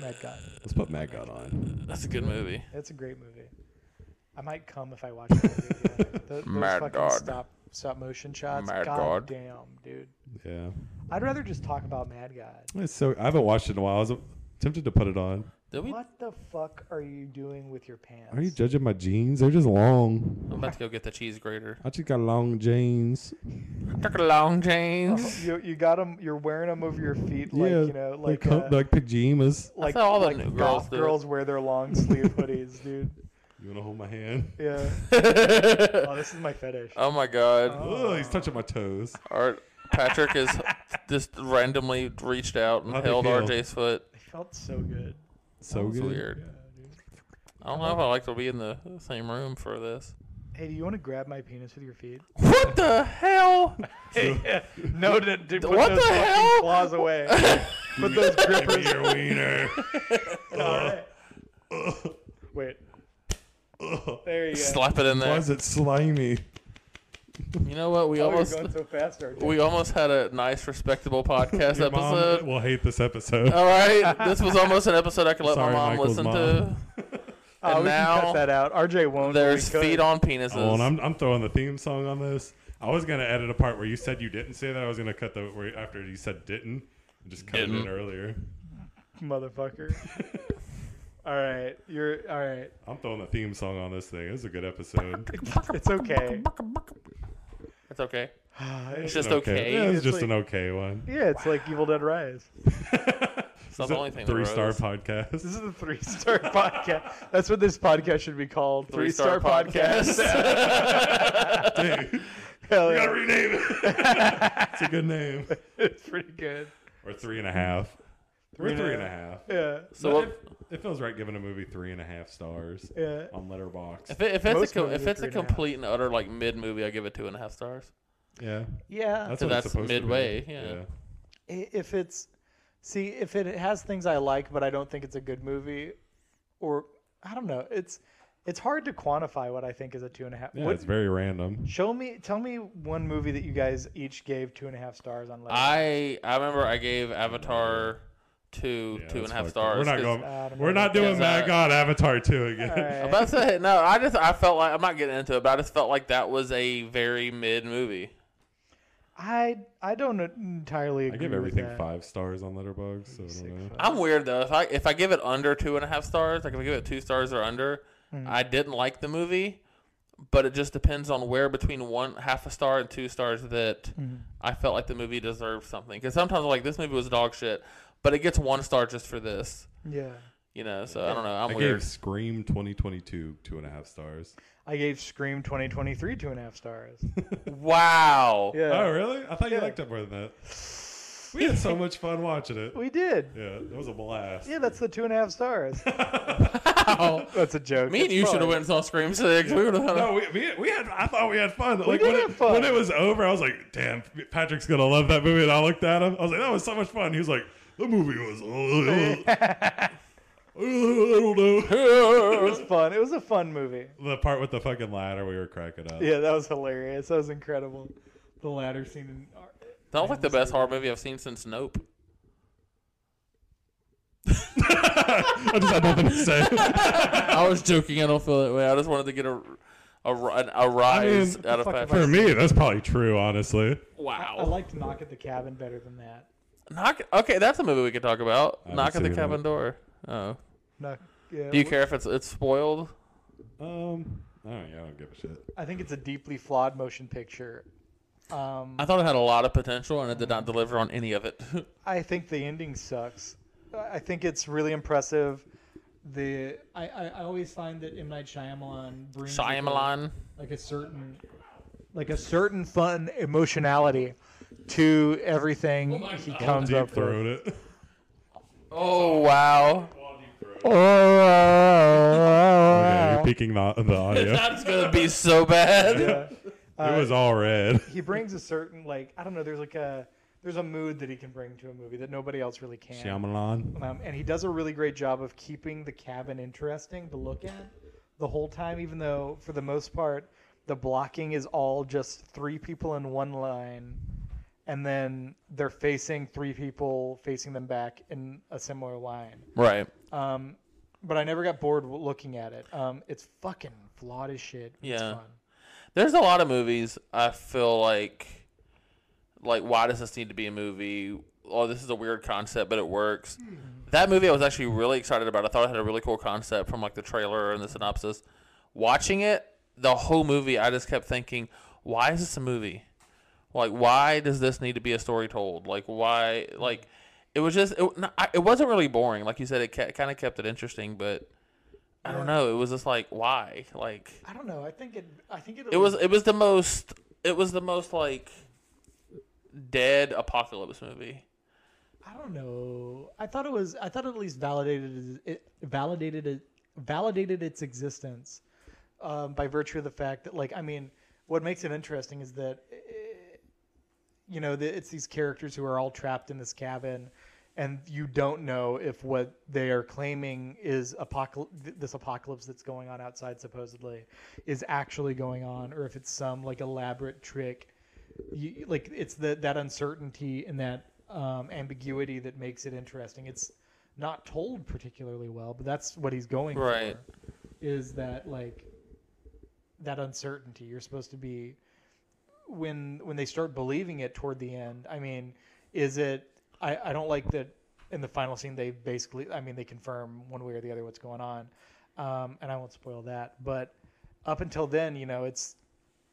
Speaker 2: Mad God.
Speaker 3: Let's put Mad God on.
Speaker 1: That's a good movie.
Speaker 2: That's a great movie. I might come if I watch that movie again. Th- Those
Speaker 1: Mad
Speaker 2: fucking
Speaker 1: God.
Speaker 2: stop stop motion shots.
Speaker 1: Mad
Speaker 2: God,
Speaker 1: God.
Speaker 2: damn, dude.
Speaker 3: Yeah,
Speaker 2: I'd rather just talk about Mad God.
Speaker 3: it's so I haven't watched it in a while. I was tempted to put it on.
Speaker 1: Did we?
Speaker 2: What the fuck are you doing with your pants?
Speaker 3: Are you judging my jeans? They're just long.
Speaker 1: I'm about to go get the cheese grater.
Speaker 3: I just got long jeans.
Speaker 1: Took a long
Speaker 2: Oh,
Speaker 1: James.
Speaker 2: you you got them. You're wearing them over your feet, like
Speaker 3: yeah,
Speaker 2: you know, like
Speaker 3: they come,
Speaker 2: uh,
Speaker 3: like pajamas.
Speaker 2: like
Speaker 1: all the
Speaker 2: like
Speaker 1: new
Speaker 2: goth
Speaker 1: girls do it.
Speaker 2: girls wear their long sleeve hoodies, dude.
Speaker 3: You wanna hold my hand?
Speaker 2: Yeah. Oh, this is my fetish.
Speaker 1: oh my god.
Speaker 3: Oh, he's touching my toes.
Speaker 1: Art Patrick is just randomly reached out and
Speaker 3: How'd it
Speaker 1: held
Speaker 3: feel?
Speaker 1: RJ's foot.
Speaker 2: It felt so good.
Speaker 3: So
Speaker 1: That's
Speaker 3: good.
Speaker 1: weird.
Speaker 2: Yeah, dude.
Speaker 1: I don't know if I like to be in the same room for this.
Speaker 2: Hey, do you want to grab my penis with your feet?
Speaker 1: What the hell?
Speaker 2: no, to, to put
Speaker 1: What
Speaker 2: those
Speaker 1: the
Speaker 2: fucking
Speaker 1: hell?
Speaker 2: claws away. put those
Speaker 3: Give me
Speaker 2: grippers.
Speaker 3: your wiener.
Speaker 2: Alright. Wait. There you go.
Speaker 1: Slap it in
Speaker 3: Why
Speaker 1: there.
Speaker 3: is it slimy?
Speaker 1: You know what? We
Speaker 2: Oh, you're
Speaker 1: almost
Speaker 2: going so fast, RJ.
Speaker 1: we almost had a nice respectable podcast
Speaker 3: Your
Speaker 1: episode. Oh,
Speaker 3: mom will hate this episode.
Speaker 1: All right, this was almost an episode I could let
Speaker 3: Sorry,
Speaker 1: my mom
Speaker 3: Michael's
Speaker 1: listen
Speaker 3: mom.
Speaker 1: to.
Speaker 2: Oh,
Speaker 1: and
Speaker 2: we can
Speaker 1: now
Speaker 2: cut that out. RJ won't. but we
Speaker 1: There's
Speaker 2: could.
Speaker 1: feet on penises.
Speaker 3: Oh, and I'm, I'm throwing the theme song on this. I was gonna edit a part where you said you didn't say that. I was gonna cut the where after you said didn't, and just cut it
Speaker 1: Didn't.
Speaker 3: in earlier.
Speaker 2: motherfucker. all right, you're all right.
Speaker 3: I'm throwing the theme song on this thing. This is a good episode.
Speaker 2: It's okay.
Speaker 1: it's okay. It's
Speaker 2: yeah,
Speaker 1: just
Speaker 3: An
Speaker 1: okay.
Speaker 3: Yeah, it's,
Speaker 2: It's
Speaker 3: just
Speaker 2: like-
Speaker 3: an okay one.
Speaker 2: it's like Evil Dead Rise.
Speaker 1: It's not the only thing. that
Speaker 3: Three star
Speaker 1: rose.
Speaker 3: podcast.
Speaker 2: This is a three star podcast. That's what this podcast should be called. Three,
Speaker 1: Three-star
Speaker 2: star, podcast.
Speaker 3: Dude,
Speaker 2: Hell
Speaker 3: we
Speaker 2: yeah.
Speaker 3: gotta rename it. it's a good name.
Speaker 2: it's pretty good.
Speaker 3: Or three and a half. We're
Speaker 2: Three and a
Speaker 3: three and a half.
Speaker 2: Yeah,
Speaker 1: So
Speaker 3: it,
Speaker 1: if,
Speaker 3: it feels right giving a movie three and a half stars
Speaker 2: yeah.
Speaker 3: on Letterbox.
Speaker 1: if, it, if it's
Speaker 2: Most
Speaker 1: a, co-
Speaker 2: movies
Speaker 1: if
Speaker 2: are
Speaker 1: it's a
Speaker 2: three and a half.
Speaker 1: complete and utter like mid movie, I give it two and a half stars.
Speaker 3: Yeah,
Speaker 2: Yeah.
Speaker 3: that's
Speaker 1: So
Speaker 3: what
Speaker 1: that's
Speaker 3: it's supposed
Speaker 1: midway,
Speaker 3: To be.
Speaker 1: yeah.
Speaker 2: I- if it's see if it has things I like, but I don't think it's a good movie, or I don't know. It's it's hard to quantify what I think is a two and a half.
Speaker 3: Yeah,
Speaker 2: what,
Speaker 3: it's very random.
Speaker 2: show me, tell me one movie that you guys each gave two and a half stars on. Letterboxd.
Speaker 1: I I remember I gave Avatar two
Speaker 3: Yeah,
Speaker 1: two and
Speaker 3: that's
Speaker 1: a half
Speaker 3: fucked up.
Speaker 1: stars.
Speaker 3: We're not
Speaker 1: 'cause-
Speaker 3: going.
Speaker 2: I don't
Speaker 3: We're
Speaker 2: know.
Speaker 3: not doing
Speaker 1: Because,
Speaker 3: Mad
Speaker 1: uh,
Speaker 3: God Avatar two again.
Speaker 2: All right.
Speaker 1: I'm about to say no. I just I felt like I'm not getting into it, but I just felt like that was a very mid movie.
Speaker 2: I I don't entirely
Speaker 3: I
Speaker 2: agree.
Speaker 3: give
Speaker 2: with
Speaker 3: everything
Speaker 2: that.
Speaker 3: five stars on Letterbox. So I
Speaker 2: Sick
Speaker 3: don't know.
Speaker 2: fuck.
Speaker 1: I'm weird though. If I if I give it under two and a half stars, like if I give it two stars or under,
Speaker 2: Hmm.
Speaker 1: I didn't like the movie, but it just depends on where between one half a star and two stars that
Speaker 2: Hmm.
Speaker 1: I felt like the movie deserved something. Because sometimes I'm like this movie was dog shit, but it gets one star just for this,
Speaker 2: Yeah,
Speaker 1: you know. So I don't know. I'm
Speaker 3: I
Speaker 1: weird.
Speaker 3: gave Scream 2022 two and a half stars.
Speaker 2: I gave Scream 2023 two and a half stars.
Speaker 1: Wow.
Speaker 2: Yeah,
Speaker 3: Oh, really? I thought you
Speaker 2: Yeah.
Speaker 3: liked it more than that. We had so much fun watching it.
Speaker 2: we did.
Speaker 3: Yeah, it was a blast.
Speaker 2: Yeah, that's the two and a half stars.
Speaker 1: Wow.
Speaker 2: That's a joke.
Speaker 1: Me and
Speaker 2: It's
Speaker 1: you should have
Speaker 2: fine.
Speaker 1: went and saw Scream Six. We would have had a
Speaker 3: No, we, we, we had. I thought we had fun. like
Speaker 2: did
Speaker 3: when,
Speaker 2: have
Speaker 3: it,
Speaker 2: fun.
Speaker 3: when it was over, I was like, "Damn, Patrick's gonna love that movie." And I looked at him. I was like, "That was so much fun." He was like, "The movie was." I don't know.
Speaker 2: It was fun. It was a fun movie.
Speaker 3: The part with the fucking ladder, we were cracking up.
Speaker 2: Yeah, that was hilarious. That was incredible. The ladder scene. In,
Speaker 1: That was like the best horror movie I've seen since Nope.
Speaker 3: I just had nothing to say.
Speaker 1: I was joking. I don't feel that way. I just wanted to get a a, ri- a rise out of
Speaker 2: fuck am
Speaker 1: Patrick.
Speaker 3: For me, that's probably true. Honestly,
Speaker 1: Wow.
Speaker 2: I liked Knock at the Cabin better than that.
Speaker 1: Knock. Okay, that's a movie we could talk about.
Speaker 3: haven't
Speaker 1: Knock at the
Speaker 3: seen
Speaker 1: cabin
Speaker 3: it.
Speaker 1: door. Oh,
Speaker 2: Knock. Yeah,
Speaker 1: Do you
Speaker 2: wh-
Speaker 1: care if it's it's spoiled?
Speaker 3: Um, I don't. Yeah, I don't give a shit.
Speaker 2: I think it's a deeply flawed motion picture. Um,
Speaker 1: I thought it had a lot of potential, and it did not deliver on any of it.
Speaker 2: I think the ending sucks. I I think it's really impressive. The
Speaker 4: I, I, I always find that M Night Shyamalan brings like, a-
Speaker 1: Shyamalan.
Speaker 4: like a certain
Speaker 2: like a certain fun emotionality to everything he comes
Speaker 3: Deep
Speaker 2: up with.
Speaker 3: throat it.
Speaker 1: Oh wow!
Speaker 3: Okay,
Speaker 2: Oh,
Speaker 3: you're peeking the, the audio.
Speaker 1: That's gonna be so bad.
Speaker 3: it was all red.
Speaker 2: he brings a certain like I don't know. There's like a there's a mood that he can bring to a movie that nobody else really can.
Speaker 3: Shyamalan.
Speaker 2: Um, and he does a really great job of keeping the cabin interesting to look at the whole time, even though for the most part the blocking is all just three people in one line, and then they're facing three people facing them back in a similar line.
Speaker 1: Right.
Speaker 2: Um, but I never got bored w- looking at it. Um, it's fucking flawed as shit. but It's
Speaker 1: Yeah.
Speaker 2: fun.
Speaker 1: There's a lot of movies I feel like like why does this need to be a movie? Oh, this is a weird concept, but it works. That movie I was actually really excited about. I thought it had a really cool concept from like the trailer and the synopsis. Watching it, the whole movie I just kept thinking, why is this a movie? Like why does this need to be a story told? Like why like it was just it, no, I- it wasn't really boring. Like you said it kind of kept it interesting, but I don't know. It was just like why? Like
Speaker 2: I don't know. I think it. I think it.
Speaker 1: it was it was the most it was the most like dead apocalypse movie.
Speaker 4: I don't know. I thought it was. I thought it at least validated it validated it validated its existence.
Speaker 2: um, by virtue of the fact that, like, I mean, what makes it interesting is that, eh, you know, the, it's these characters who are all trapped in this cabin, and you don't know if what they are claiming is apocalypse, this apocalypse that's going on outside supposedly, is actually going on, or if it's some like elaborate trick. You, like, it's the, that uncertainty and that um, ambiguity that makes it interesting. It's not told particularly well, but that's what he's going
Speaker 1: Right.
Speaker 2: for is that like that uncertainty you're supposed to be when when they start believing it toward the end i mean is it i i don't like that in the final scene they basically i mean they confirm one way or the other what's going on um and i won't spoil that but up until then you know it's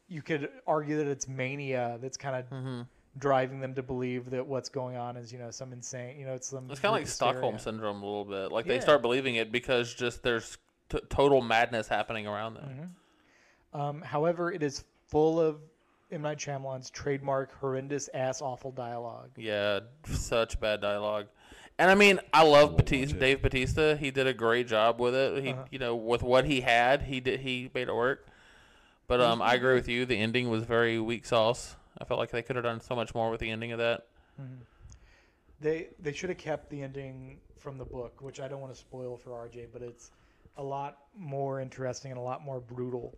Speaker 2: you could argue that it's mania that's kind of driving them to believe that what's going on is you know some insane you know it's some
Speaker 1: It's kind of
Speaker 2: group
Speaker 1: like Stockholm
Speaker 2: hysteria.
Speaker 1: syndrome a little bit. Like
Speaker 2: Yeah.
Speaker 1: they start believing it because just there's t- total madness happening around them.
Speaker 2: Mm-hmm. Um, however, it is full of M Night Shyamalan's trademark horrendous ass awful dialogue.
Speaker 1: Yeah, such bad dialogue. And I mean, I love Batista,
Speaker 3: it.
Speaker 1: Dave Batista. He did a great job with it.
Speaker 2: Uh-huh.
Speaker 1: He, you know, with what he had, he did he made it work. But um, I agree with you. The ending was very weak sauce. I felt like they could have done so much more with the ending of that.
Speaker 2: They they should have kept the ending from the book, which I don't want to spoil for RJ, but it's a lot more interesting and a lot more brutal.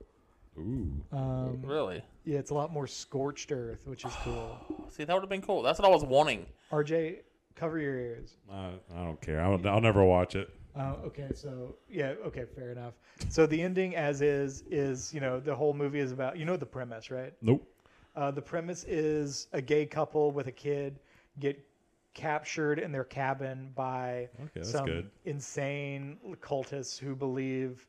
Speaker 3: Ooh.
Speaker 2: Um,
Speaker 1: Really?
Speaker 2: yeah, it's a lot more scorched earth, which is cool.
Speaker 1: See, that would have been cool. That's what I was wanting.
Speaker 2: RJ, cover your ears.
Speaker 3: I, I don't care. I'll, I'll never watch it.
Speaker 2: Uh, okay, so yeah, okay, fair enough. So the ending, as is, is you know the whole movie is about. You know the premise, right?
Speaker 3: Nope.
Speaker 2: Uh, the premise is a gay couple with a kid get captured in their cabin by
Speaker 3: that's
Speaker 2: some
Speaker 3: good.
Speaker 2: insane cultists who believe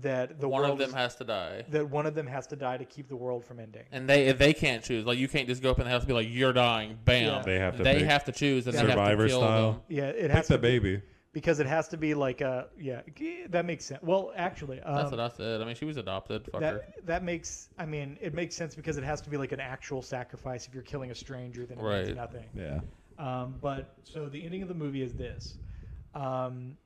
Speaker 2: that the
Speaker 1: One
Speaker 2: world
Speaker 1: of them
Speaker 2: is-
Speaker 1: has to die.
Speaker 2: that one of them has to die to keep the world from ending.
Speaker 1: And they they can't choose. Like you can't just go up in the house and be like, "You're dying." Bam.
Speaker 2: Yeah.
Speaker 3: They have to
Speaker 1: They
Speaker 3: pick
Speaker 1: have to choose and they have to
Speaker 3: survivor
Speaker 1: kill
Speaker 3: style.
Speaker 1: them.
Speaker 2: Yeah, it
Speaker 3: Pick
Speaker 2: has
Speaker 3: the
Speaker 2: to be,
Speaker 3: baby.
Speaker 2: because it has to be like a yeah. g- That makes sense. Well, actually, um,
Speaker 1: That's what I said. I mean, she was adopted. Fucker.
Speaker 2: that that makes I mean it makes sense because it has to be like an actual sacrifice. If you're killing a stranger, then it means
Speaker 1: Right.
Speaker 2: nothing.
Speaker 3: Yeah.
Speaker 2: Um, but so the ending of the movie is this. Um,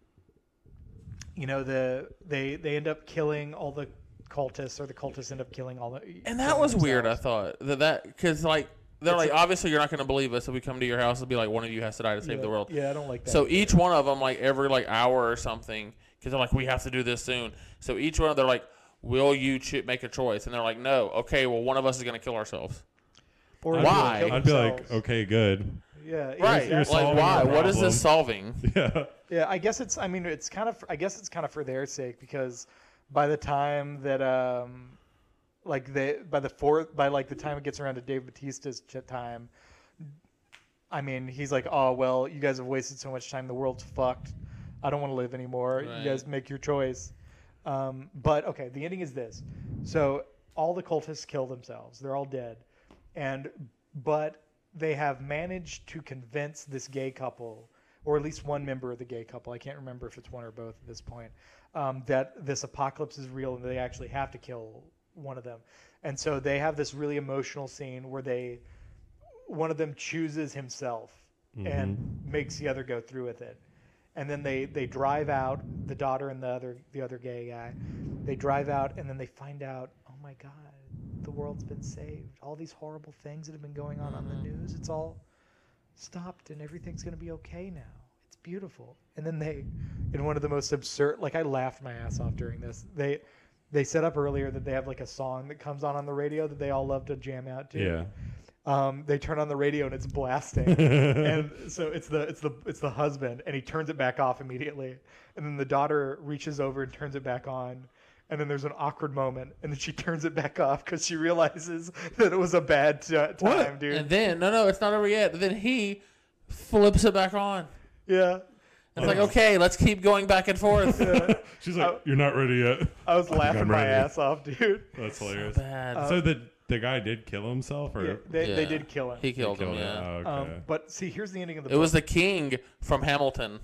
Speaker 2: you know, the they they end up killing all the cultists, or the cultists end up killing all the.
Speaker 1: and that
Speaker 2: killing
Speaker 1: was weird. I
Speaker 2: themselves.
Speaker 1: thought that that because like they're
Speaker 2: It's
Speaker 1: like
Speaker 2: a-
Speaker 1: obviously you're not going to believe us if we come to your house and be like one of you has to die to save
Speaker 2: yeah,
Speaker 1: the world.
Speaker 2: Yeah, I don't like that.
Speaker 1: So each one of them like every like hour or something because they're like we have to do this soon. So each one of they're like, "Will you cho- make a choice?" And they're like, "No." Okay, well one of us is going to kill ourselves.
Speaker 2: or
Speaker 1: I'd
Speaker 2: they
Speaker 1: Why?
Speaker 2: kill
Speaker 3: I'd be like,
Speaker 2: themselves.
Speaker 3: okay, good.
Speaker 2: yeah, yeah,
Speaker 1: Right.
Speaker 2: exactly.
Speaker 3: You're
Speaker 1: Like
Speaker 3: solving
Speaker 1: why?
Speaker 3: the
Speaker 1: What is this
Speaker 3: problem.
Speaker 1: solving?
Speaker 3: Yeah.
Speaker 2: Yeah, I guess it's. I mean, it's kind of. I guess it's kind of for their sake because by the time that um, like they by the fourth by like the time it gets around to Dave Batista's ch- time, I mean, he's like, oh well, you guys have wasted so much time. The world's fucked. I don't want to live anymore.
Speaker 1: Right.
Speaker 2: You guys make your choice. Um, but okay, the ending is this. So all the cultists kill themselves. They're all dead. And but they have managed to convince this gay couple, or at least one member of the gay couple. I can't remember if it's one or both at this point. Um, that this apocalypse is real and they actually have to kill one of them. And so they have this really emotional scene where they one of them chooses himself and makes the other go through with it. And then they they drive out the daughter and the other the other gay guy. They drive out and then they find out, "Oh my god, the world's been saved. All these horrible things that have been going on on the news, it's all stopped and everything's going to be okay now. It's beautiful." And then they in one of the most absurd like I laughed my ass off during this. They they set up earlier that they have like a song that comes on on the radio that they all love to jam out to
Speaker 3: Yeah.
Speaker 2: um, they turn on the radio and it's blasting, and so it's the it's the it's the husband, and he turns it back off immediately, and then the daughter reaches over and turns it back on, and then there's an awkward moment, and then she turns it back off because she realizes that it was a bad t- time, dude.
Speaker 1: And then no, no, it's not over yet. Then he flips it back on.
Speaker 2: yeah,
Speaker 1: It's
Speaker 2: Oh.
Speaker 1: like okay, let's keep going back and forth.
Speaker 3: She's like, "You're not ready yet."
Speaker 2: I was laughing
Speaker 3: I'm
Speaker 2: my
Speaker 3: ready.
Speaker 2: ass off, dude.
Speaker 3: That's hilarious. So,
Speaker 1: Bad.
Speaker 2: Uh,
Speaker 3: the the guy did kill himself, or
Speaker 2: Yeah, they, they
Speaker 1: Yeah.
Speaker 2: did kill him.
Speaker 1: he killed, him.
Speaker 3: Killed
Speaker 1: Yeah.
Speaker 3: Oh, okay.
Speaker 2: um, but see, here's the ending of the
Speaker 1: It
Speaker 2: book.
Speaker 1: was the king from Hamilton.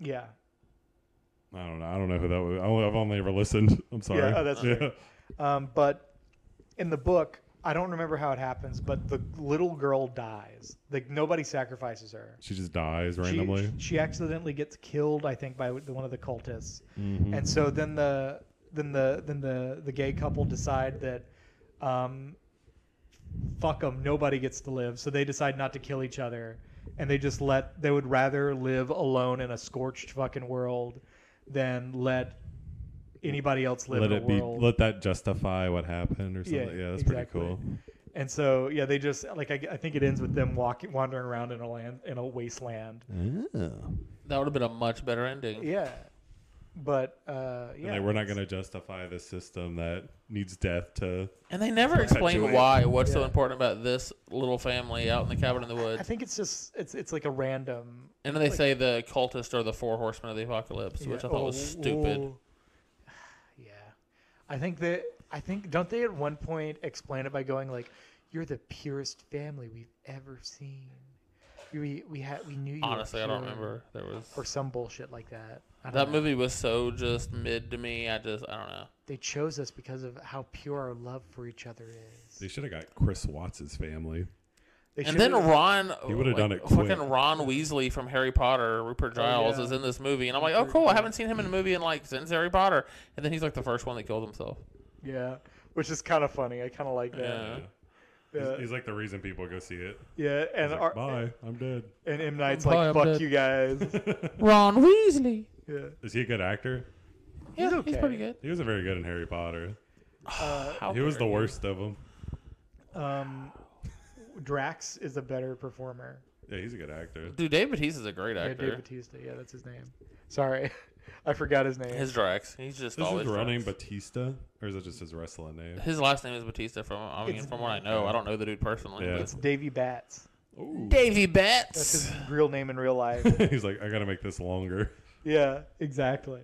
Speaker 2: yeah.
Speaker 3: I don't know. I don't know who that was. I only, I've only ever listened. I'm sorry.
Speaker 2: oh, that's fair. Um, but in the book, I don't remember how it happens, but the little girl dies. Like nobody sacrifices her.
Speaker 3: She just dies
Speaker 2: She-
Speaker 3: randomly.
Speaker 2: She, accidentally gets killed, I think, by the- one of the cultists.
Speaker 3: Mm-hmm.
Speaker 2: And so then the then the then the the gay couple decide that um, fuck them, nobody gets to live. So they decide not to kill each other, and they just let they would rather live alone in a scorched fucking world than let anybody else live
Speaker 3: let
Speaker 2: in
Speaker 3: it
Speaker 2: a
Speaker 3: be.
Speaker 2: world.
Speaker 3: Let that justify what happened, or something. Yeah, that's
Speaker 2: exactly.
Speaker 3: pretty cool.
Speaker 2: And so, yeah, they just like I, I think it ends with them walking, wandering around in a land in a wasteland.
Speaker 1: Oh. That would have been a much better ending.
Speaker 2: Yeah, but uh, yeah,
Speaker 3: And like, we're not going to justify the system that needs death to.
Speaker 1: And they never explained
Speaker 3: Perpetuate.
Speaker 1: why. What's so
Speaker 2: Yeah.
Speaker 1: important about this little family out in the cabin in the
Speaker 2: I
Speaker 1: woods?
Speaker 2: think it's just it's it's like a random.
Speaker 1: And then they say the cultists are the four horsemen of the apocalypse, which I thought was stupid.
Speaker 2: oh, Yeah, I think that I think don't they at one point explain it by going like, "You're the purest family we've ever seen." We we had we knew you. were
Speaker 1: Honestly, I don't
Speaker 2: pure,"
Speaker 1: remember. There was
Speaker 2: Or some bullshit like that. I don't
Speaker 1: that
Speaker 2: know.
Speaker 1: movie was so just mid to me. I just I don't know.
Speaker 2: They chose us because of how pure our love for each other is.
Speaker 3: They should have got Chris Watts' family.
Speaker 2: They
Speaker 1: And then
Speaker 2: should've-
Speaker 1: Ron, uh,
Speaker 3: He would've done it quick.
Speaker 1: Fucking Ron Weasley from Harry Potter, Rupert Giles
Speaker 2: yeah.
Speaker 1: is in this movie, and I'm like, oh cool, I haven't seen him in a movie in like since Harry Potter. And then he's like the first one that killed himself.
Speaker 2: Yeah, which is kind of funny. I kind of like
Speaker 1: Yeah.
Speaker 2: that.
Speaker 3: He's-
Speaker 2: Yeah,
Speaker 3: He's, like the reason people go see it.
Speaker 2: yeah. and
Speaker 3: He's like,
Speaker 2: our,
Speaker 3: Bye, I'm dead.
Speaker 2: and M Night's
Speaker 1: Bye,
Speaker 2: like,
Speaker 1: I'm
Speaker 2: "Fuck
Speaker 1: dead."
Speaker 2: you guys."
Speaker 1: Ron Weasley.
Speaker 2: yeah,
Speaker 3: Is he a good actor?
Speaker 1: Yeah, he's,
Speaker 2: okay.
Speaker 1: pretty good.
Speaker 3: He was very good in Harry Potter.
Speaker 1: How
Speaker 3: He was the
Speaker 1: dare you.
Speaker 3: worst of them.
Speaker 2: um, Drax is a better performer.
Speaker 3: Yeah, he's a good actor.
Speaker 1: Dude, David Batiste is a great
Speaker 2: Yeah, Dave
Speaker 1: actor.
Speaker 2: Batista. Yeah, that's his name. Sorry, I forgot his name.
Speaker 1: His Drax. He's just
Speaker 3: Is his
Speaker 1: always
Speaker 3: real
Speaker 1: Drax.
Speaker 3: name Batista, or is it just his wrestling name?
Speaker 1: His last name is Batista. From I mean,
Speaker 2: It's-
Speaker 1: from what I know, I don't know the dude personally.
Speaker 3: Yeah.
Speaker 2: it's Davy Bats.
Speaker 3: Ooh.
Speaker 1: Davy
Speaker 2: That's
Speaker 1: Betts.
Speaker 2: his real name in real life.
Speaker 3: He's like, I gotta make this longer.
Speaker 2: yeah, exactly.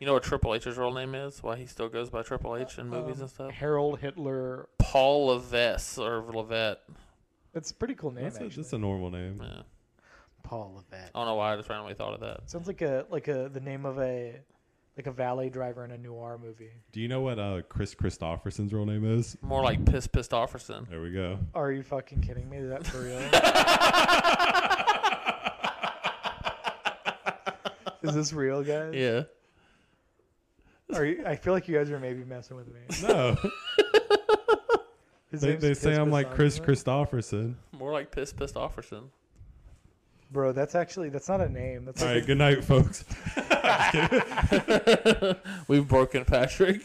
Speaker 1: You know what Triple H's real name is? Why he still goes by Triple H in movies and stuff?
Speaker 2: Um, Harold Hitler.
Speaker 1: Paul Levesque or Levette.
Speaker 2: That's a pretty cool name.
Speaker 3: That's a,
Speaker 2: actually.
Speaker 3: that's a normal name.
Speaker 1: Yeah.
Speaker 2: Paul Levesque.
Speaker 1: I don't know why I just randomly thought of that.
Speaker 2: Sounds like a like a the name of a like a valet driver in a noir movie.
Speaker 3: Do you know what uh, Chris Christopherson's real name is?
Speaker 1: More like Piss Pissed Offerson.
Speaker 3: There we go.
Speaker 2: Are you fucking kidding me? Is that for real? Is this real, guys?
Speaker 1: Yeah.
Speaker 2: Are you, I feel like you guys are maybe messing with me.
Speaker 3: No,
Speaker 2: His
Speaker 3: they,
Speaker 2: name's
Speaker 3: they say
Speaker 2: Chris
Speaker 3: I'm like Chris
Speaker 2: Christopherson.
Speaker 3: Christopherson.
Speaker 1: More like Piss Pissed Offerson.
Speaker 2: Bro, that's actually that's not a name. That's
Speaker 3: All
Speaker 2: like
Speaker 3: right, good night, folks.
Speaker 1: We've broken Patrick.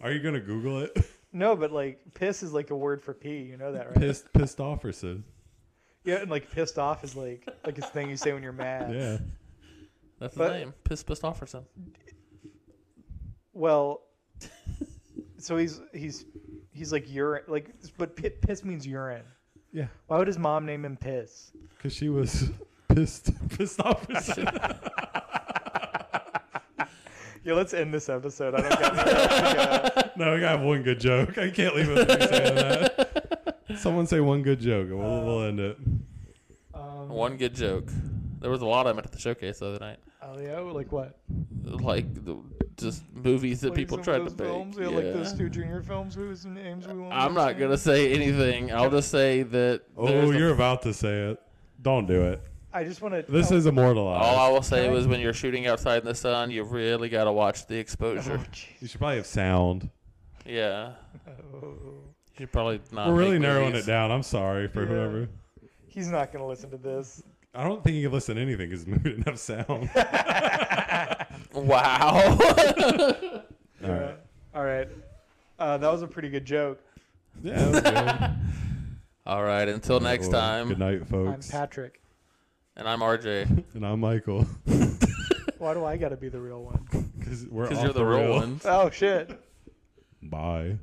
Speaker 3: Are you gonna Google it?
Speaker 2: no, but like piss is like a word for pee. You know that, right?
Speaker 3: Pissed Pistofferson.
Speaker 2: Yeah, and like pissed off is like like it's a thing you say when you're mad.
Speaker 3: Yeah.
Speaker 1: That's his
Speaker 2: But-
Speaker 1: name. Piss Pissed Offerson.
Speaker 2: Well, so he's he's he's like urine, like but pi- piss means urine.
Speaker 3: Yeah.
Speaker 2: Why would his mom name him piss?
Speaker 3: Because she was pissed Pistofferson.
Speaker 2: Yeah, let's end this episode. I don't got any other- yeah.
Speaker 3: No, I got one good joke. I can't leave without saying that. Someone say one good joke, and we'll, we'll end it.
Speaker 4: Um,
Speaker 1: One good joke. There was a lot of them at the showcase the other night.
Speaker 4: Oh yeah, like what?
Speaker 1: Like the, just movies that
Speaker 2: Like
Speaker 1: people
Speaker 2: some of
Speaker 1: tried to
Speaker 2: those
Speaker 1: make.
Speaker 2: films, yeah, like those two junior films whose names we won't
Speaker 1: I'm not
Speaker 2: say.
Speaker 1: gonna say anything. I'll just say that.
Speaker 3: Oh,
Speaker 1: there's a-
Speaker 3: you're about to say it. Don't do it.
Speaker 2: I just want to.
Speaker 3: This is immortalized.
Speaker 1: all Oh, I will say was when you're shooting outside in the sun, you really gotta watch the exposure.
Speaker 2: Uh-huh.
Speaker 3: you should probably have sound.
Speaker 1: Yeah,
Speaker 2: Oh.
Speaker 1: you probably not.
Speaker 3: We're really
Speaker 1: Uh, make
Speaker 3: narrowing
Speaker 1: movies.
Speaker 3: it down. I'm sorry for
Speaker 2: Yeah.
Speaker 3: whoever.
Speaker 2: He's not going to listen to this.
Speaker 3: I don't think you can listen to anything because the movie didn't have sound.
Speaker 1: Wow.
Speaker 3: All right.
Speaker 2: All right. Uh, that was a pretty good joke.
Speaker 3: Yeah. that was good.
Speaker 1: all right. Until next
Speaker 3: Well,
Speaker 1: time.
Speaker 3: Good night,
Speaker 4: I'm
Speaker 3: folks.
Speaker 4: Patrick.
Speaker 1: And I'm RJ.
Speaker 3: And I'm Michael.
Speaker 2: Why do I got to be the real one?
Speaker 3: Because we're
Speaker 1: Because
Speaker 3: off
Speaker 1: you're the real
Speaker 3: rail.
Speaker 1: ones.
Speaker 2: Oh, shit.
Speaker 3: Bye.